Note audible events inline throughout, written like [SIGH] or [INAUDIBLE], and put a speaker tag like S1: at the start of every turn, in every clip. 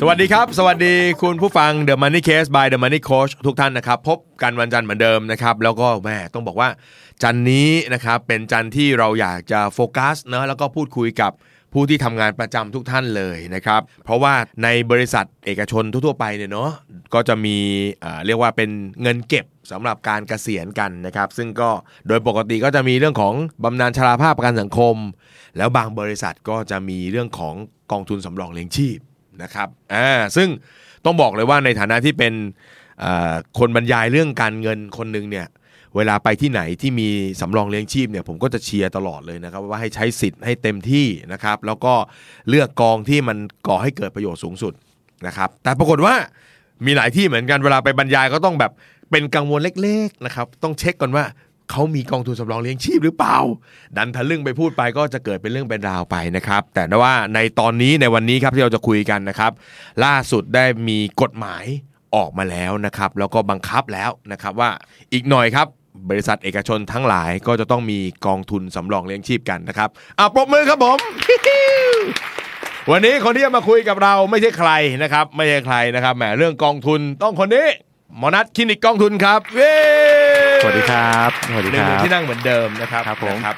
S1: สวัสดีครับ สวัสดีคุณผู้ฟัง The Money Case by The Money Coach ทุกท่านนะครับ พบกันวันจันทร์เหมือนเดิมนะครับ แล้วก็แม่ต้องบอกว่าจันทร์นี้นะครับเป็นจันทร์ที่เราอยากจะโฟกัสเนอะแล้วก็พูดคุยกับผู้ที่ทำงานประจำทุกท่านเลยนะครับ เพราะว่าในบริษัทเอกชนทั่วๆไปเนี่ยเนาะก็จะมีเอ่อเรียกว่าเป็นเงินเก็บสำหรับการเกษียณกันนะครับ ซึ่งก็โดยปกติก็จะมีเรื่องของบำนาญชราภาพประกันสังคม แล้วบางบริษัทก็จะมีเรื่องของกองทุนสำรองเลี้ยงชีพ นะครับอ่าซึ่งต้องบอกเลยว่าในฐานะที่เป็นเอ่อคนบรรยายเรื่องการเงินคนหนึ่งเนี่ย เวลาไปที่ไหนที่มีสำรองเลี้ยงชีพเนี่ยผมก็จะเชียร์ตลอดเลยนะครับ ว่าให้ใช้สิทธิ์ให้เต็มที่นะครับ แล้วก็เลือกกองที่มันก่อให้เกิดประโยชน์สูงสุดนะครับ แต่ปรากฏว่ามีหลายที่เหมือนกันเวลาไปบรรยายก็ต้องแบบเป็นกังวลเล็กๆนะครับ ต้องเช็คก่อนว่า เขามีกองทุนสำรองเลี้ยงชีพหรือเปล่า ดันทะลึ่งไปพูดไปก็จะเกิดเป็นเรื่องเป็นราวไปนะครับ แต่ว่าในตอนนี้ในวันนี้ครับที่เราจะคุยกันนะครับ ล่าสุดได้มีกฎหมายออกมาแล้วนะครับ แล้วก็บังคับแล้วนะครับว่าอีกหน่อยครับ บริษัทเอกชนทั้งหลายก็จะต้องมีกองทุนสำรองเลี้ยงชีพกันนะครับอ่ะปรบมือครับผม วันนี้คนที่จะมาคุยกับเราไม่ใช่ใครนะครับ ไม่ใช่ใครนะครับแหมเรื่องกองทุนต้องคนนี้หมอนัทคลินิกกองทุนครับเย้
S2: สวัสดีครับ สวัสดี
S1: หนึ่
S2: ค
S1: ง
S2: รับ
S1: ที่นั่งเหมือนเดิมนะครับ
S2: ครับผม
S1: นะครับ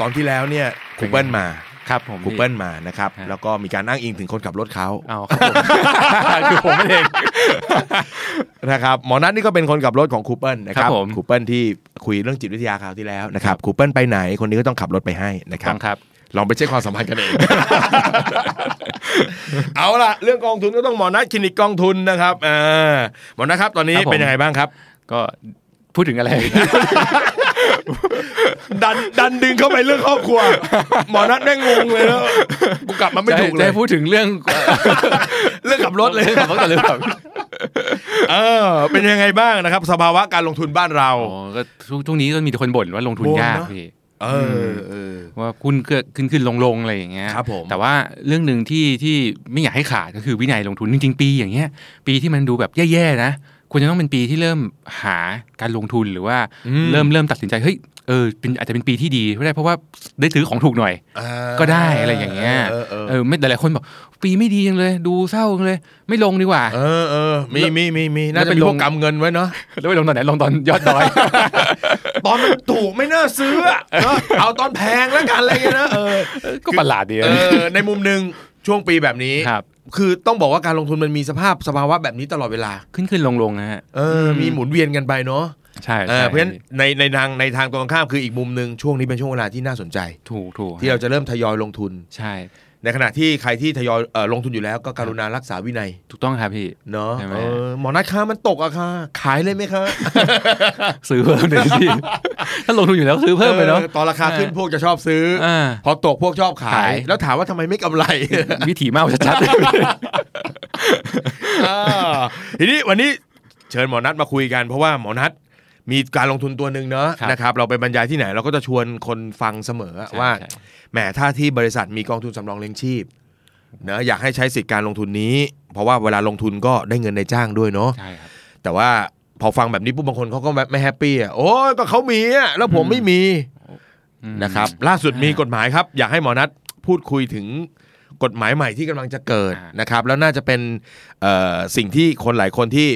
S1: ตอนที่แล้วเนี่ยคูเปิลมา
S2: ครับผม
S1: คูเปิลมานะครับ
S2: ฮะ
S1: แล้วก็มีการอ้างอิงถึงคนขับรถเขา
S2: เอาครับผม [LAUGHS] คือผมไม่เอง
S1: [LAUGHS] นะครับหมอนัทนี่ก็เป็นคนขับรถของคูเปิลนะค
S2: ครั
S1: รับบ
S2: ผม
S1: คูเปิลที่คุยเรื่องจิตวิทยาคราวที่แล้วนะครับคูเปิลไปไหนคนนี้ก็ต้องขับรถไปให้นะครับ
S2: ฟังครับ
S1: ลองไปเช็คความสัมพันธ์กันเอง [LAUGHS] เอาล่ะ เรื่องกองทุนก็ต้องหมอนัทคลินิกกองทุนนะครับอ่าหมอนัทครับตอนนี้
S2: ครับผม
S1: เป็นยังไงบ้างครับ
S2: ก็พูดถึงอะไร
S1: ดันดันดึงเข้าไปเรื่องครอบครัว [LAUGHS] หมอนัทแม่งงงเลยแล้วกูกลับมาไม่ถูกเล
S2: จะ
S1: ย
S2: ให้พูดถึงเรื่อง
S1: เรื่องขับรถเลย
S2: ขับรถกันหรือเปล่า
S1: [LAUGHS] เออ เป็นยังไงบ้างนะครับ สภาวะการลงทุนบ้านเรา
S2: [LAUGHS] โอ้ก็ช่วงช่วงนี้ก็มีแต่คนบ่นว่าลงทุน
S1: บ่น
S2: ยาก
S1: เนอะ
S2: พี่
S1: เออเออ
S2: ว่าคุณเกิดขึ้นขึ้นลงลงอะไรอย่างเงี้ย
S1: ครับผม
S2: แต่ว่าเรื่องหนึ่งที่ที่ไม่อยากให้ขาดก็คือวินัยลงทุนจริงๆปีอย่างเงี้ย ปีที่มันดูแบบแย่ๆนะควรจะต้องเป็นปีที่เริ่มหาการลงทุนหรือว่า
S1: อืม
S2: เริ่มเริ่มตัดสินใจเฮ้ยเออเป็นอาจจะเป็นปีที่ดีก็ได้เพราะว่าได้ซื้อของถูกหน่อย
S1: อ่า
S2: ก็ได้อะไรอย่างเงี้ย
S1: เออเออ
S2: เออไม่แต่หลายคนบอกปีไม่ดีจังเลย ดูเศร้าจังเลย ไม่ลงดีกว่า [LAUGHS]
S1: เออเออมีมีมีมี
S2: แล้ว
S1: น่าจะเป็น
S2: ไปลง
S1: พวกกำเงินไว้เนาะ
S2: แล้วไปลงตอนไหนลงตอนยอดด
S1: [LAUGHS]
S2: อย
S1: ตอนมันถูกไม่น่าซื้อ [LAUGHS] อะเนอะเอาตอนแพงแล้วกันอะไรเงี้ยนะเออ
S2: ก็ประหลาดดี
S1: เอ
S2: นะ
S1: อ ในมุมหนึ่งช่วงปีแบบนี้
S2: ครับ
S1: คือต้องบอกว่าการลงทุนมันมีสภาพสภาวะแบบนี้ตลอดเวลา
S2: ขึ้นขึ้นลงลงนะฮะ
S1: เออ มีหมุนเวียนกันไปเนาะ
S2: ใช่
S1: เอ
S2: ใช่
S1: อเพราะฉะนั้นในในทางในทางตรงข้ามคืออีกมุมหนึ่งช่วงนี้เป็นช่วงเวลาที่น่าสนใจ
S2: ถูกถูก
S1: ที่เราจะเริ่มทยอยลงทุน
S2: ใช่
S1: ในขณะที่ใครที่ทยอยเอ่อลงทุนอยู่แล้วก็กรุณารักษาวินัย
S2: ถูกต้องครับพี่
S1: เนาะ
S2: ใช่ไหม
S1: เออหมอนัทค้ามันตกอะค่ะ ขายเลยไหมคะ
S2: ซื้อเพิ่มเลย
S1: [LAUGHS]
S2: พี่ ถ้าลงทุนอยู่แล้วซื้อเพิ่มไปเนาะ
S1: ออตอนราคาขึ้นพวกจะชอบซื้ออา พอตกพวกชอบขาย
S2: ขาย
S1: แล้วถามว่าทำไมไม่
S2: [LAUGHS]
S1: กำไร
S2: วิถีเมาชัด
S1: อ่าทีนี้วันนี้เชิญหมอนัทมาคุยกันเพราะว่าหมอนัทมีการลงทุนตัวหนึ่งเนาะนะครับเราไปบรรยายที่ไหนเราก็จะชวนคนฟังเสมอ
S2: ๆ
S1: ว่า
S2: ใช่ใช่
S1: แหมถ้าที่บริษัทมีกองทุนสำรองเลี้ยงชีพเนอะอยากให้ใช้สิทธิการลงทุนนี้ เพราะว่าเวลาลงทุนก็ได้เงินในจ้างด้วยเนาะ
S2: ใช่ครับ
S1: แต่ว่าพอฟังแบบนี้ปุ๊บบางคนเขาก็แบบไม่แฮปปี้อ่ะโอ้ยก็เขามีอ่ะแล้วผมไม่มี
S2: อืม
S1: นะครับ ล่าสุดมีกฎหมายครับ อยากให้หมอนัทพูดคุยถึงกฎหมายใหม่ที่กำลังจะเกิด
S2: อ่าน
S1: นะครับ แล้วน่าจะเป็นเอ่อสิ่งที่คนหลายคนที่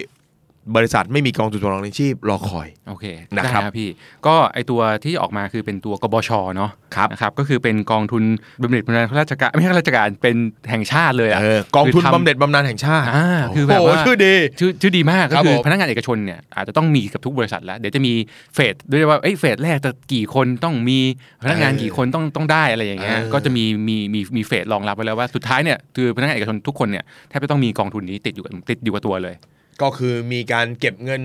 S1: บริษัทไม่มีกองทุนสำรองเลี้ยงชีพรอคอย
S2: โอเค
S1: นะ
S2: นะครับ ครับพี่ ก็ไอตัวที่ออกมาคือเป็นตัวกบชเนาะ
S1: ครับ
S2: นะครับ ก็คือเป็นกองทุนบำเหน็จบำนาญข้าราชการไม่ใช่ข้าราชการเป็นแห่งชาติเลยอะ
S1: เออกองทุน
S2: คือทำ
S1: บำเหน็จบำนาญแห่งชาติ
S2: อ่าคือแบบว่า
S1: โโหชื่อดี
S2: ชื่อชื่อดีมาก
S1: ค
S2: ก็
S1: รับ
S2: คือ
S1: ผม
S2: พนักงานเอกชนเนี่ยอาจจะต้องมีกับทุกบริษัทแล้วเดี๋ยวจะมีเฟสด้วยว่าเอ้ยเฟสแรกจะกี่คนต้องมีพนักงาน
S1: เออ
S2: กี่คนต้องต้องได้อะไรอย่างเงี้ย
S1: เออ
S2: ก็จะมีมีมีมีเฟสรองรับไว้แล้วว่าสุดท้ายเนี่ยคือพนักงานเอกชนทุกคนเนี่ยแทบจะต้องมีกองทุนนี้ติดอยู่กับติดอยู่กับตัวเลย
S1: ก็คือมีการเก็บเงิน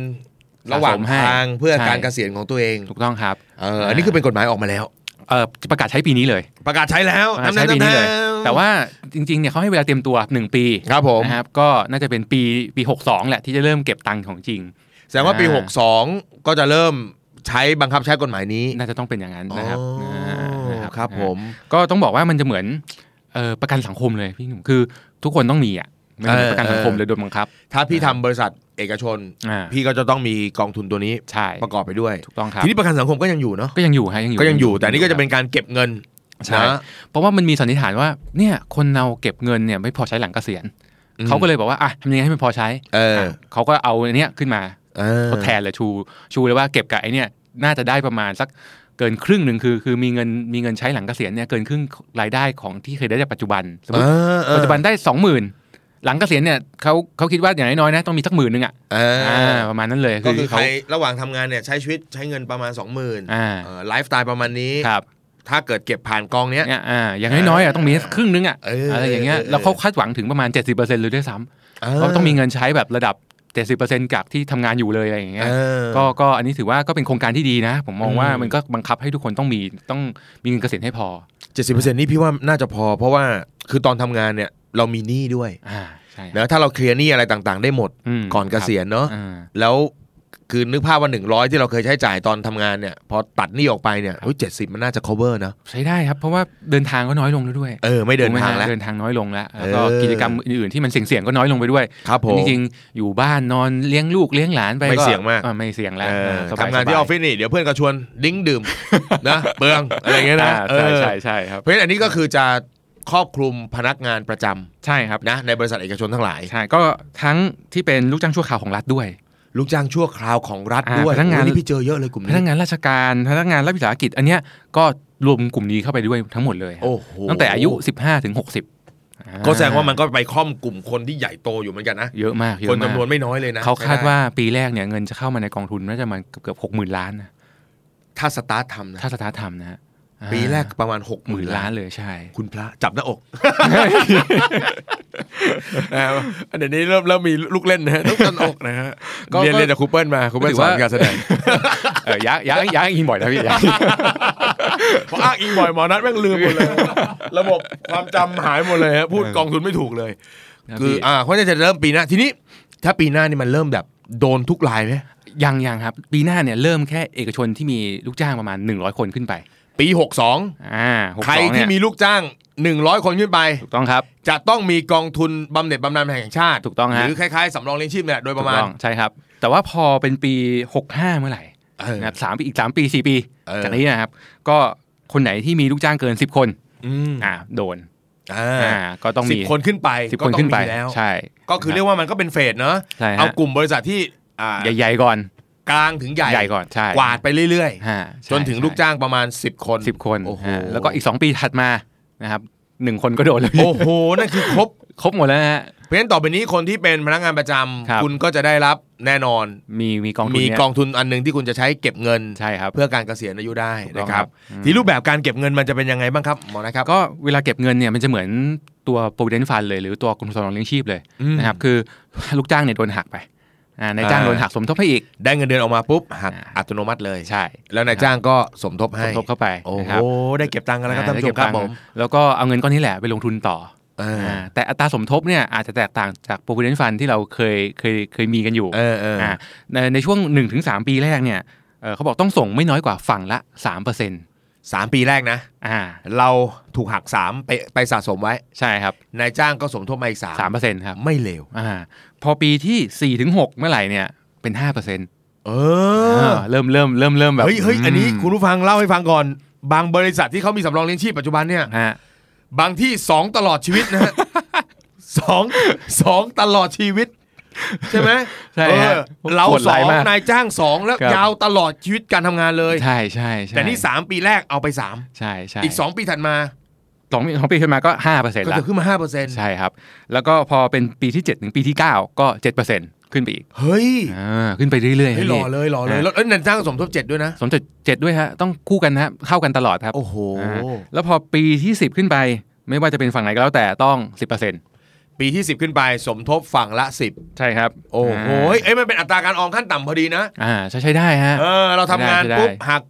S1: ระหว่าง
S2: สะสมให้
S1: ทางเพื่อการ
S2: ใช่
S1: เกษียณของตัวเอง
S2: ถูกต้องครับ
S1: เอออันนี้คือเป็นกฎหมายออกมาแล้ว
S2: เอ่อจะประกาศใช้ปีนี้เลย
S1: ประกาศใช้แล้ว
S2: ประกาศใช้ปีนี้เลย แต่ว่าจริงๆเนี่ยเขาให้เวลาเตรียมตัว 1 ปี
S1: ครับผม
S2: นะครับก็น่าจะเป็นปีปี 62 แหละที่จะเริ่มเก็บตังค์ของจริง
S1: แสดงว่าปี
S2: อ่า
S1: 62 ก็จะเริ่ม ใช้บังคับใช้กฎหมายนี้
S2: น่าจะต้องเป็นอย่างนั้นนะครับ
S1: อ๋อ
S2: นะ
S1: ค
S2: ค
S1: รั
S2: รั
S1: บบ ผม
S2: ก็ต้องบอกว่ามันจะเหมือนเอ่อประกันสังคมเลยพี่หนุ่มคือทุกคนต้องมีอ่ะไม่เหมือนประกันสังคม
S1: เออ
S2: เลยโดนบังคับ
S1: ถ้าพี่ทำบริษัทเอกชน
S2: อ่า
S1: พี่ก็จะต้องมีกองทุนตัวนี้
S2: ใช่
S1: ประกอบไปด้วย
S2: ถูกต้องครับ
S1: ทีนี้ประกันสังคมก็ยังอยู่เนาะ
S2: ก็ยังอยู่ฮะยังอยู่
S1: ก็ยังอยู่แต่อันนี่ก็จะเป็นการเก็บเงิน
S2: ใช่
S1: นะ
S2: เพราะว่ามันมีสันนิษฐานว่าเนี่ยคนเราเก็บเงินเนี่ยไม่พอใช้หลังเกษียณ
S1: อืม
S2: เขาก็เลยบอกว่าอ่ะทำยังไงให้มันพอใช้
S1: เออ
S2: อ่ะเขาก็เอาอันเนี้ยขึ้นมา
S1: เออ
S2: ทดแทนเลยชูชูเลยว่าเก็บกับไอเนี่ยน่าจะได้ประมาณสักเกินครึ่งหนึ่งคือ คือมีเงินมีเงินใช้หลังเกษียณเนี่ยเกินครึ่งรายได้ของที่เคยได้จากปัจจุบันสมม
S1: เอ
S2: ติ
S1: อเออ
S2: ปัจจุบันได้สองหมื่นหลังเกษียณเนี่ยเขาเขาคิดว่าอย่างน้อยๆนะต้องมีสักหมื่นหนึ่งอ่ะ
S1: เอออ
S2: อ่าประมาณนั้นเลย
S1: ก็คือใค
S2: เขา
S1: รระหว่างทำงานเนี่ยใช้ชีวิตใช้เงินประมาณ 2 0 0 0 0ื่น
S2: อ่า
S1: ไลฟ์สไตล์ประมาณนี้
S2: ครับ
S1: ถ้าเกิดเก็บผ่านกองเนี้ย
S2: เนี่ยอ่าอย่างน้อยๆอ่ะต้องมีสักครึ่งหนึงอ่ะ
S1: เอออ
S2: อะไรอย่างเงี้ย
S1: เออเออ
S2: แล้วเขาคาดหวังถึงประมาณ 70%เลยด้วยซ้ำ เพราะต้องมีเงินใช้แบบระดับ 70%จากที่ทำงานอยู่เลยอะไรอย่างเงี้ย
S1: เออ
S2: ก็ก็อันนี้ถือว่าก็เป็นโครงการที่ดีนะ ผมมองว่า
S1: อืม
S2: มันก็บังคับให้ทุกคนต้องมีต้องมีเงินเกษียณให้พอ
S1: เจ็ดสิบเปอร์เซ็นต์นี่พี่ว่าน่าจะพอ เพราะว่าคือตอนทำงานเนี่ยเรามีหนี้ด้วย
S2: อ่าใช่
S1: นะถ้าเราเคลียร์หนี้อะไรต่างๆ ได้หมด
S2: ม
S1: ก่อนเกษียณเนาะ
S2: ครับอ่า
S1: แล้วคือนึกภาพว่าหนึ่งร้อยที่เราเคยใช้จ่ายตอนทำงานเนี่ย พอตัดหนี้ออกไปเนี่ยเจ็ดสิบมันน่าจะ cover นะ
S2: ใช้ได้ครับ เพราะว่าเดินทางก็น้อยลงแล้วด้วย
S1: เออไม่เดินทางแล้ว
S2: เดินทางน้อยลงแล้วแล้วก็
S1: เออ
S2: กิจกรรมอื่นๆที่มันเสี่ยงๆก็น้อยลงไปด้วย
S1: ครับผม
S2: จริงๆอยู่บ้านนอนเลี้ยงลูกเลี้ยงหลานไป
S1: ไม่เสี่ยงมาก
S2: อ่ไม่เสี่ยงแล้ว
S1: เออ
S2: สบย
S1: ทำงานที่ออฟฟิศนี่เดี๋ยวเพื่อนก็ชวนดิ้งดื่ม [LAUGHS] นะเปลืองอะไรอย่างเงี้ยนะ
S2: อ่า
S1: เออ
S2: ใช่ใช่ใช่ครับ
S1: เพราะฉะนั้นอันนี้ก็คือจะครอบคลุมพนักงานประจำ
S2: ใช่ครับ
S1: นะในบริษัทเอกชนทั้งหลาย
S2: ใช่ก็ทั้งที่เป็นลูกจ้างชั่วคราวของรัฐด้วย
S1: ลูกจ้างชั่วคราวของรัฐ
S2: อ่า
S1: ด้วย
S2: พนักงาน
S1: โอ้นี่พี่เจอเยอะเลยกลุ่ม
S2: พ
S1: นี้
S2: นักงานราชการพนักงานรัฐวิสาหกิจ อันเนี้ยก็รวมกลุ่มนี้เข้าไปด้วยทั้งหมดเลยครับ
S1: โอ้โห
S2: ตั้งแต่อายุ 15ถึง60
S1: ก็แสดงว่ามันก็ไปคล่อมกลุ่มคนที่ใหญ่โตอยู่เหมือนกันนะ
S2: เยอะมากเยอะ
S1: คน
S2: มาก
S1: จำนวนไม่น้อยเลยนะ
S2: เขาคาด
S1: ใช่ไหม
S2: ว่าปีแรกเนี่ยเงินจะเข้ามาในกองทุนน่าจะมาเกือบเกือบหกหมื่นล้านนะ
S1: ถ้าสตาร์ททำนะ
S2: ถ้าสถาธรรมนะฮะอ่า
S1: ปีแรกประมาณหกห
S2: ห
S1: มื่น
S2: มื่น
S1: ล้า
S2: ล้าน นเลยใช่ [LAUGHS]
S1: คุณพระจับหน้าอก [LAUGHS] เออเดี๋ยวนี้เริ่มเริ่มมีลูกเล่นนะฮะลูกจันอกนะฮะ
S2: ก็
S1: เรียน
S2: ก็
S1: เรียนจากครูเปิลมาครูเปิล
S2: ถือ
S1: สอ
S2: ว่า
S1: นการแส
S2: [LAUGHS]
S1: ดง
S2: เออยักยักยักอิงบ่อยนะพี่ [LAUGHS] ยัก
S1: เพราะอ้างอิงบ่อยหมอนัดแม่งลืมหมดเลย ระบบความจำหายหมดเลยฮะพูดกองทุนไม่ถูกเลย คืออ่าเพราะฉะนั้นจะเริ่มปีหน้าทีนี้ ถ้าปีหน้านี่มันเริ่มแบบโดนทุกรายไหม
S2: ยังยังครับ ปีหน้าเนี่ยเริ่มแค่เอกชนที่มีลูกจ้างประมาณ 100 คนขึ้นไป
S1: ปีหกสอง
S2: อ่า
S1: ใคร
S2: 62
S1: ที่
S2: เนี่ย
S1: มีลูกจ้างหนึ่งร้อยคนขึ้นไป
S2: ถูกต้องครับ
S1: จะต้องมีกองทุนบำเหน็จบำนาญแห่งชาติ
S2: ถูกต้องฮะ
S1: หรือคล้ายๆสำรองเลี้ยงชีพเนี่ยโดยประมาณ
S2: ถูกต้องใช่ครับ แต่ว่าพอเป็นปี 65 เมื่อไหร่
S1: เออ
S2: นะครับสามปีอีกสามปีสี่ปี
S1: เออ
S2: จากนี้นะครับ ก็คนไหนที่มีลูกจ้างเกินสิบคน
S1: อืม
S2: อ่าโดน
S1: อ่
S2: อ่า
S1: า
S2: ก็ต้อง
S1: สิบ
S2: มี
S1: คนขึ้นไป
S2: สิบ
S1: ก็
S2: คน
S1: ต้อง
S2: ขึ้นไป
S1: มีแล้ว
S2: ใช่
S1: ก็คือเรียกว่ามันก็เป็นเฟสเนอะ
S2: ใช่
S1: เอา
S2: ฮะ
S1: กลุ่มบริษัทที่อ่า
S2: ใหญ่ๆก่อน
S1: กลางถึงใหญ่
S2: ใหญ่ก่อนใช่
S1: กวาดไปเรื่อย
S2: ฮะ
S1: ๆ
S2: ใช่
S1: จนถึงลูกจ้างประมาณ 10 คน
S2: สิบคน
S1: โอ้โห
S2: ฮะแล้วก็อีกสองปีถัดมานะครับหนึ่งคนก็โดนเลย
S1: โอ้โหนั่นคือครบ
S2: ครบหมดแล้วฮะ
S1: เพราะฉะนั้นต่อไปนี้คนที่เป็นพนักงานประจำ
S2: ครับ
S1: คุณก็จะได้รับแน่นอน
S2: มีมีกองทุน
S1: มี
S2: เนี้ย
S1: กองทุนอันหนึงที่คุณจะใช้เก็บเงิน
S2: ใช่ครับ
S1: เพื่อการเกษียณอายุได้
S2: ถูกต้
S1: นะ
S2: อง
S1: ค
S2: ครั
S1: รับ
S2: บอืม
S1: ทีรูปแบบการเก็บเงินมันจะเป็นยังไงบ้างครับหมอนะครับ
S2: ก็เวลาเก็บเงินเนี่ยมันจะเหมือนตัว provident fund เลยหรือตัวกองทุนสำรองเลี้ยงชีพเลย
S1: อืม
S2: นะครับคือลูกจ้างเนี่ยโดนหักไปอ่านายจ้างโดนหักสมทบให้อีก
S1: ได้เงินเดือนออกมาปุ๊บหัก
S2: อ่า
S1: อัตโนมัติเลย
S2: ใช่
S1: แล้วนายจ้างก็สมทบ
S2: ส
S1: ให้
S2: มทบเข้าไป
S1: โอ้
S2: นะ
S1: โห
S2: ครับ
S1: ได้เก็บตังค์กันแล้วครับท่านผู้ชมครับผม
S2: แล้วก็เอาเงินก้อนนี้แหละไปลงทุนต่อ
S1: เออ
S2: อาแต่อัตราสมทบเนี่ยอาจจะแตกต่างจาก provident fund ที่เราเคยเคยเคยมีกันอยู่
S1: เออเออ
S2: อ่าในในช่วง 1-3 ปีแรกเนี่ยเอ่อเขาบอกต้องส่งไม่น้อยกว่าฝั่งละ 3%
S1: สามปีแรกนะ
S2: อ่า
S1: เราถูกหักสามไปไปสะสมไว้
S2: ใช่ครับ
S1: นายจ้างก็สมทบมาอีกสาม
S2: 3%ครับ
S1: ไม่เลว
S2: อ่าพอปีที่ 4-6 เมื่อไหร่เนี่ยเป็น 5%เ
S1: เอ
S2: อ
S1: อ
S2: อเริ่มเริ่มเริ่มเริ่มแบบ
S1: เฮ้ยเฮ้ยอันนี้
S2: ม
S1: คุณผู้ฟังเล่าให้ฟังก่อน บางบริษัทที่เขามีสำรองเลี้ยงชีพปัจจุบันเนี่ย
S2: ฮะ
S1: บางที่ 2 ตลอดชีวิตนะฮะ [LAUGHS] สองสองตลอดชีวิต ใช่ไหม
S2: ใช่
S1: เอ
S2: ฮะ
S1: อเรา
S2: โหด
S1: ส
S2: ร้
S1: อยง
S2: มก
S1: นายจ้างสองแล้ว
S2: ครับ
S1: ยาวตลอดชีวิตการทำงานเลย
S2: ใช่ใช่ใช่
S1: แต่นี่ 3 ปีแรกเอาไป 3
S2: ใช่ใช่
S1: อีก 2 ปีถัดมา
S2: สองปีสองปีขึ้นมาก็5%
S1: ก็
S2: ละ
S1: จะขึ้นมา 5%
S2: ใช่ครับ แล้วก็พอเป็นปีที่ 7 ถึงปีที่ 9 ก็ 7%ขึ้นไปอีก
S1: เฮ้ย
S2: อ่าขึ้นไปเรื่อยๆ
S1: เฮ้ยหล่อเลยหล่อเลยแล้วเอ้ยนายจ้างก็สมทบเจ็ดด้วยนะ
S2: สมจดเจ็ดด้วยฮะ ต้องคู่กันนะฮะเข้ากันตลอดครับ
S1: โอ้โห
S2: อ่าแล้วพอปีที่ 10 ขึ้นไป ไม่ว่าจะเป็นฝั่งไหนก็แล้วแต่ต้อง 10%
S1: ปีที่ 10 ขึ้นไปสมทบฝั่งละ
S2: ใช่ครับ
S1: 10 โอ้โหยเอ้ยมันเป็นอัตราการออมขั้นต่ำพอดีนะ
S2: อ่าใช่ใช้ได้ฮะ
S1: เออ เราทำงาน
S2: ได้ได้
S1: ปุ๊บหัก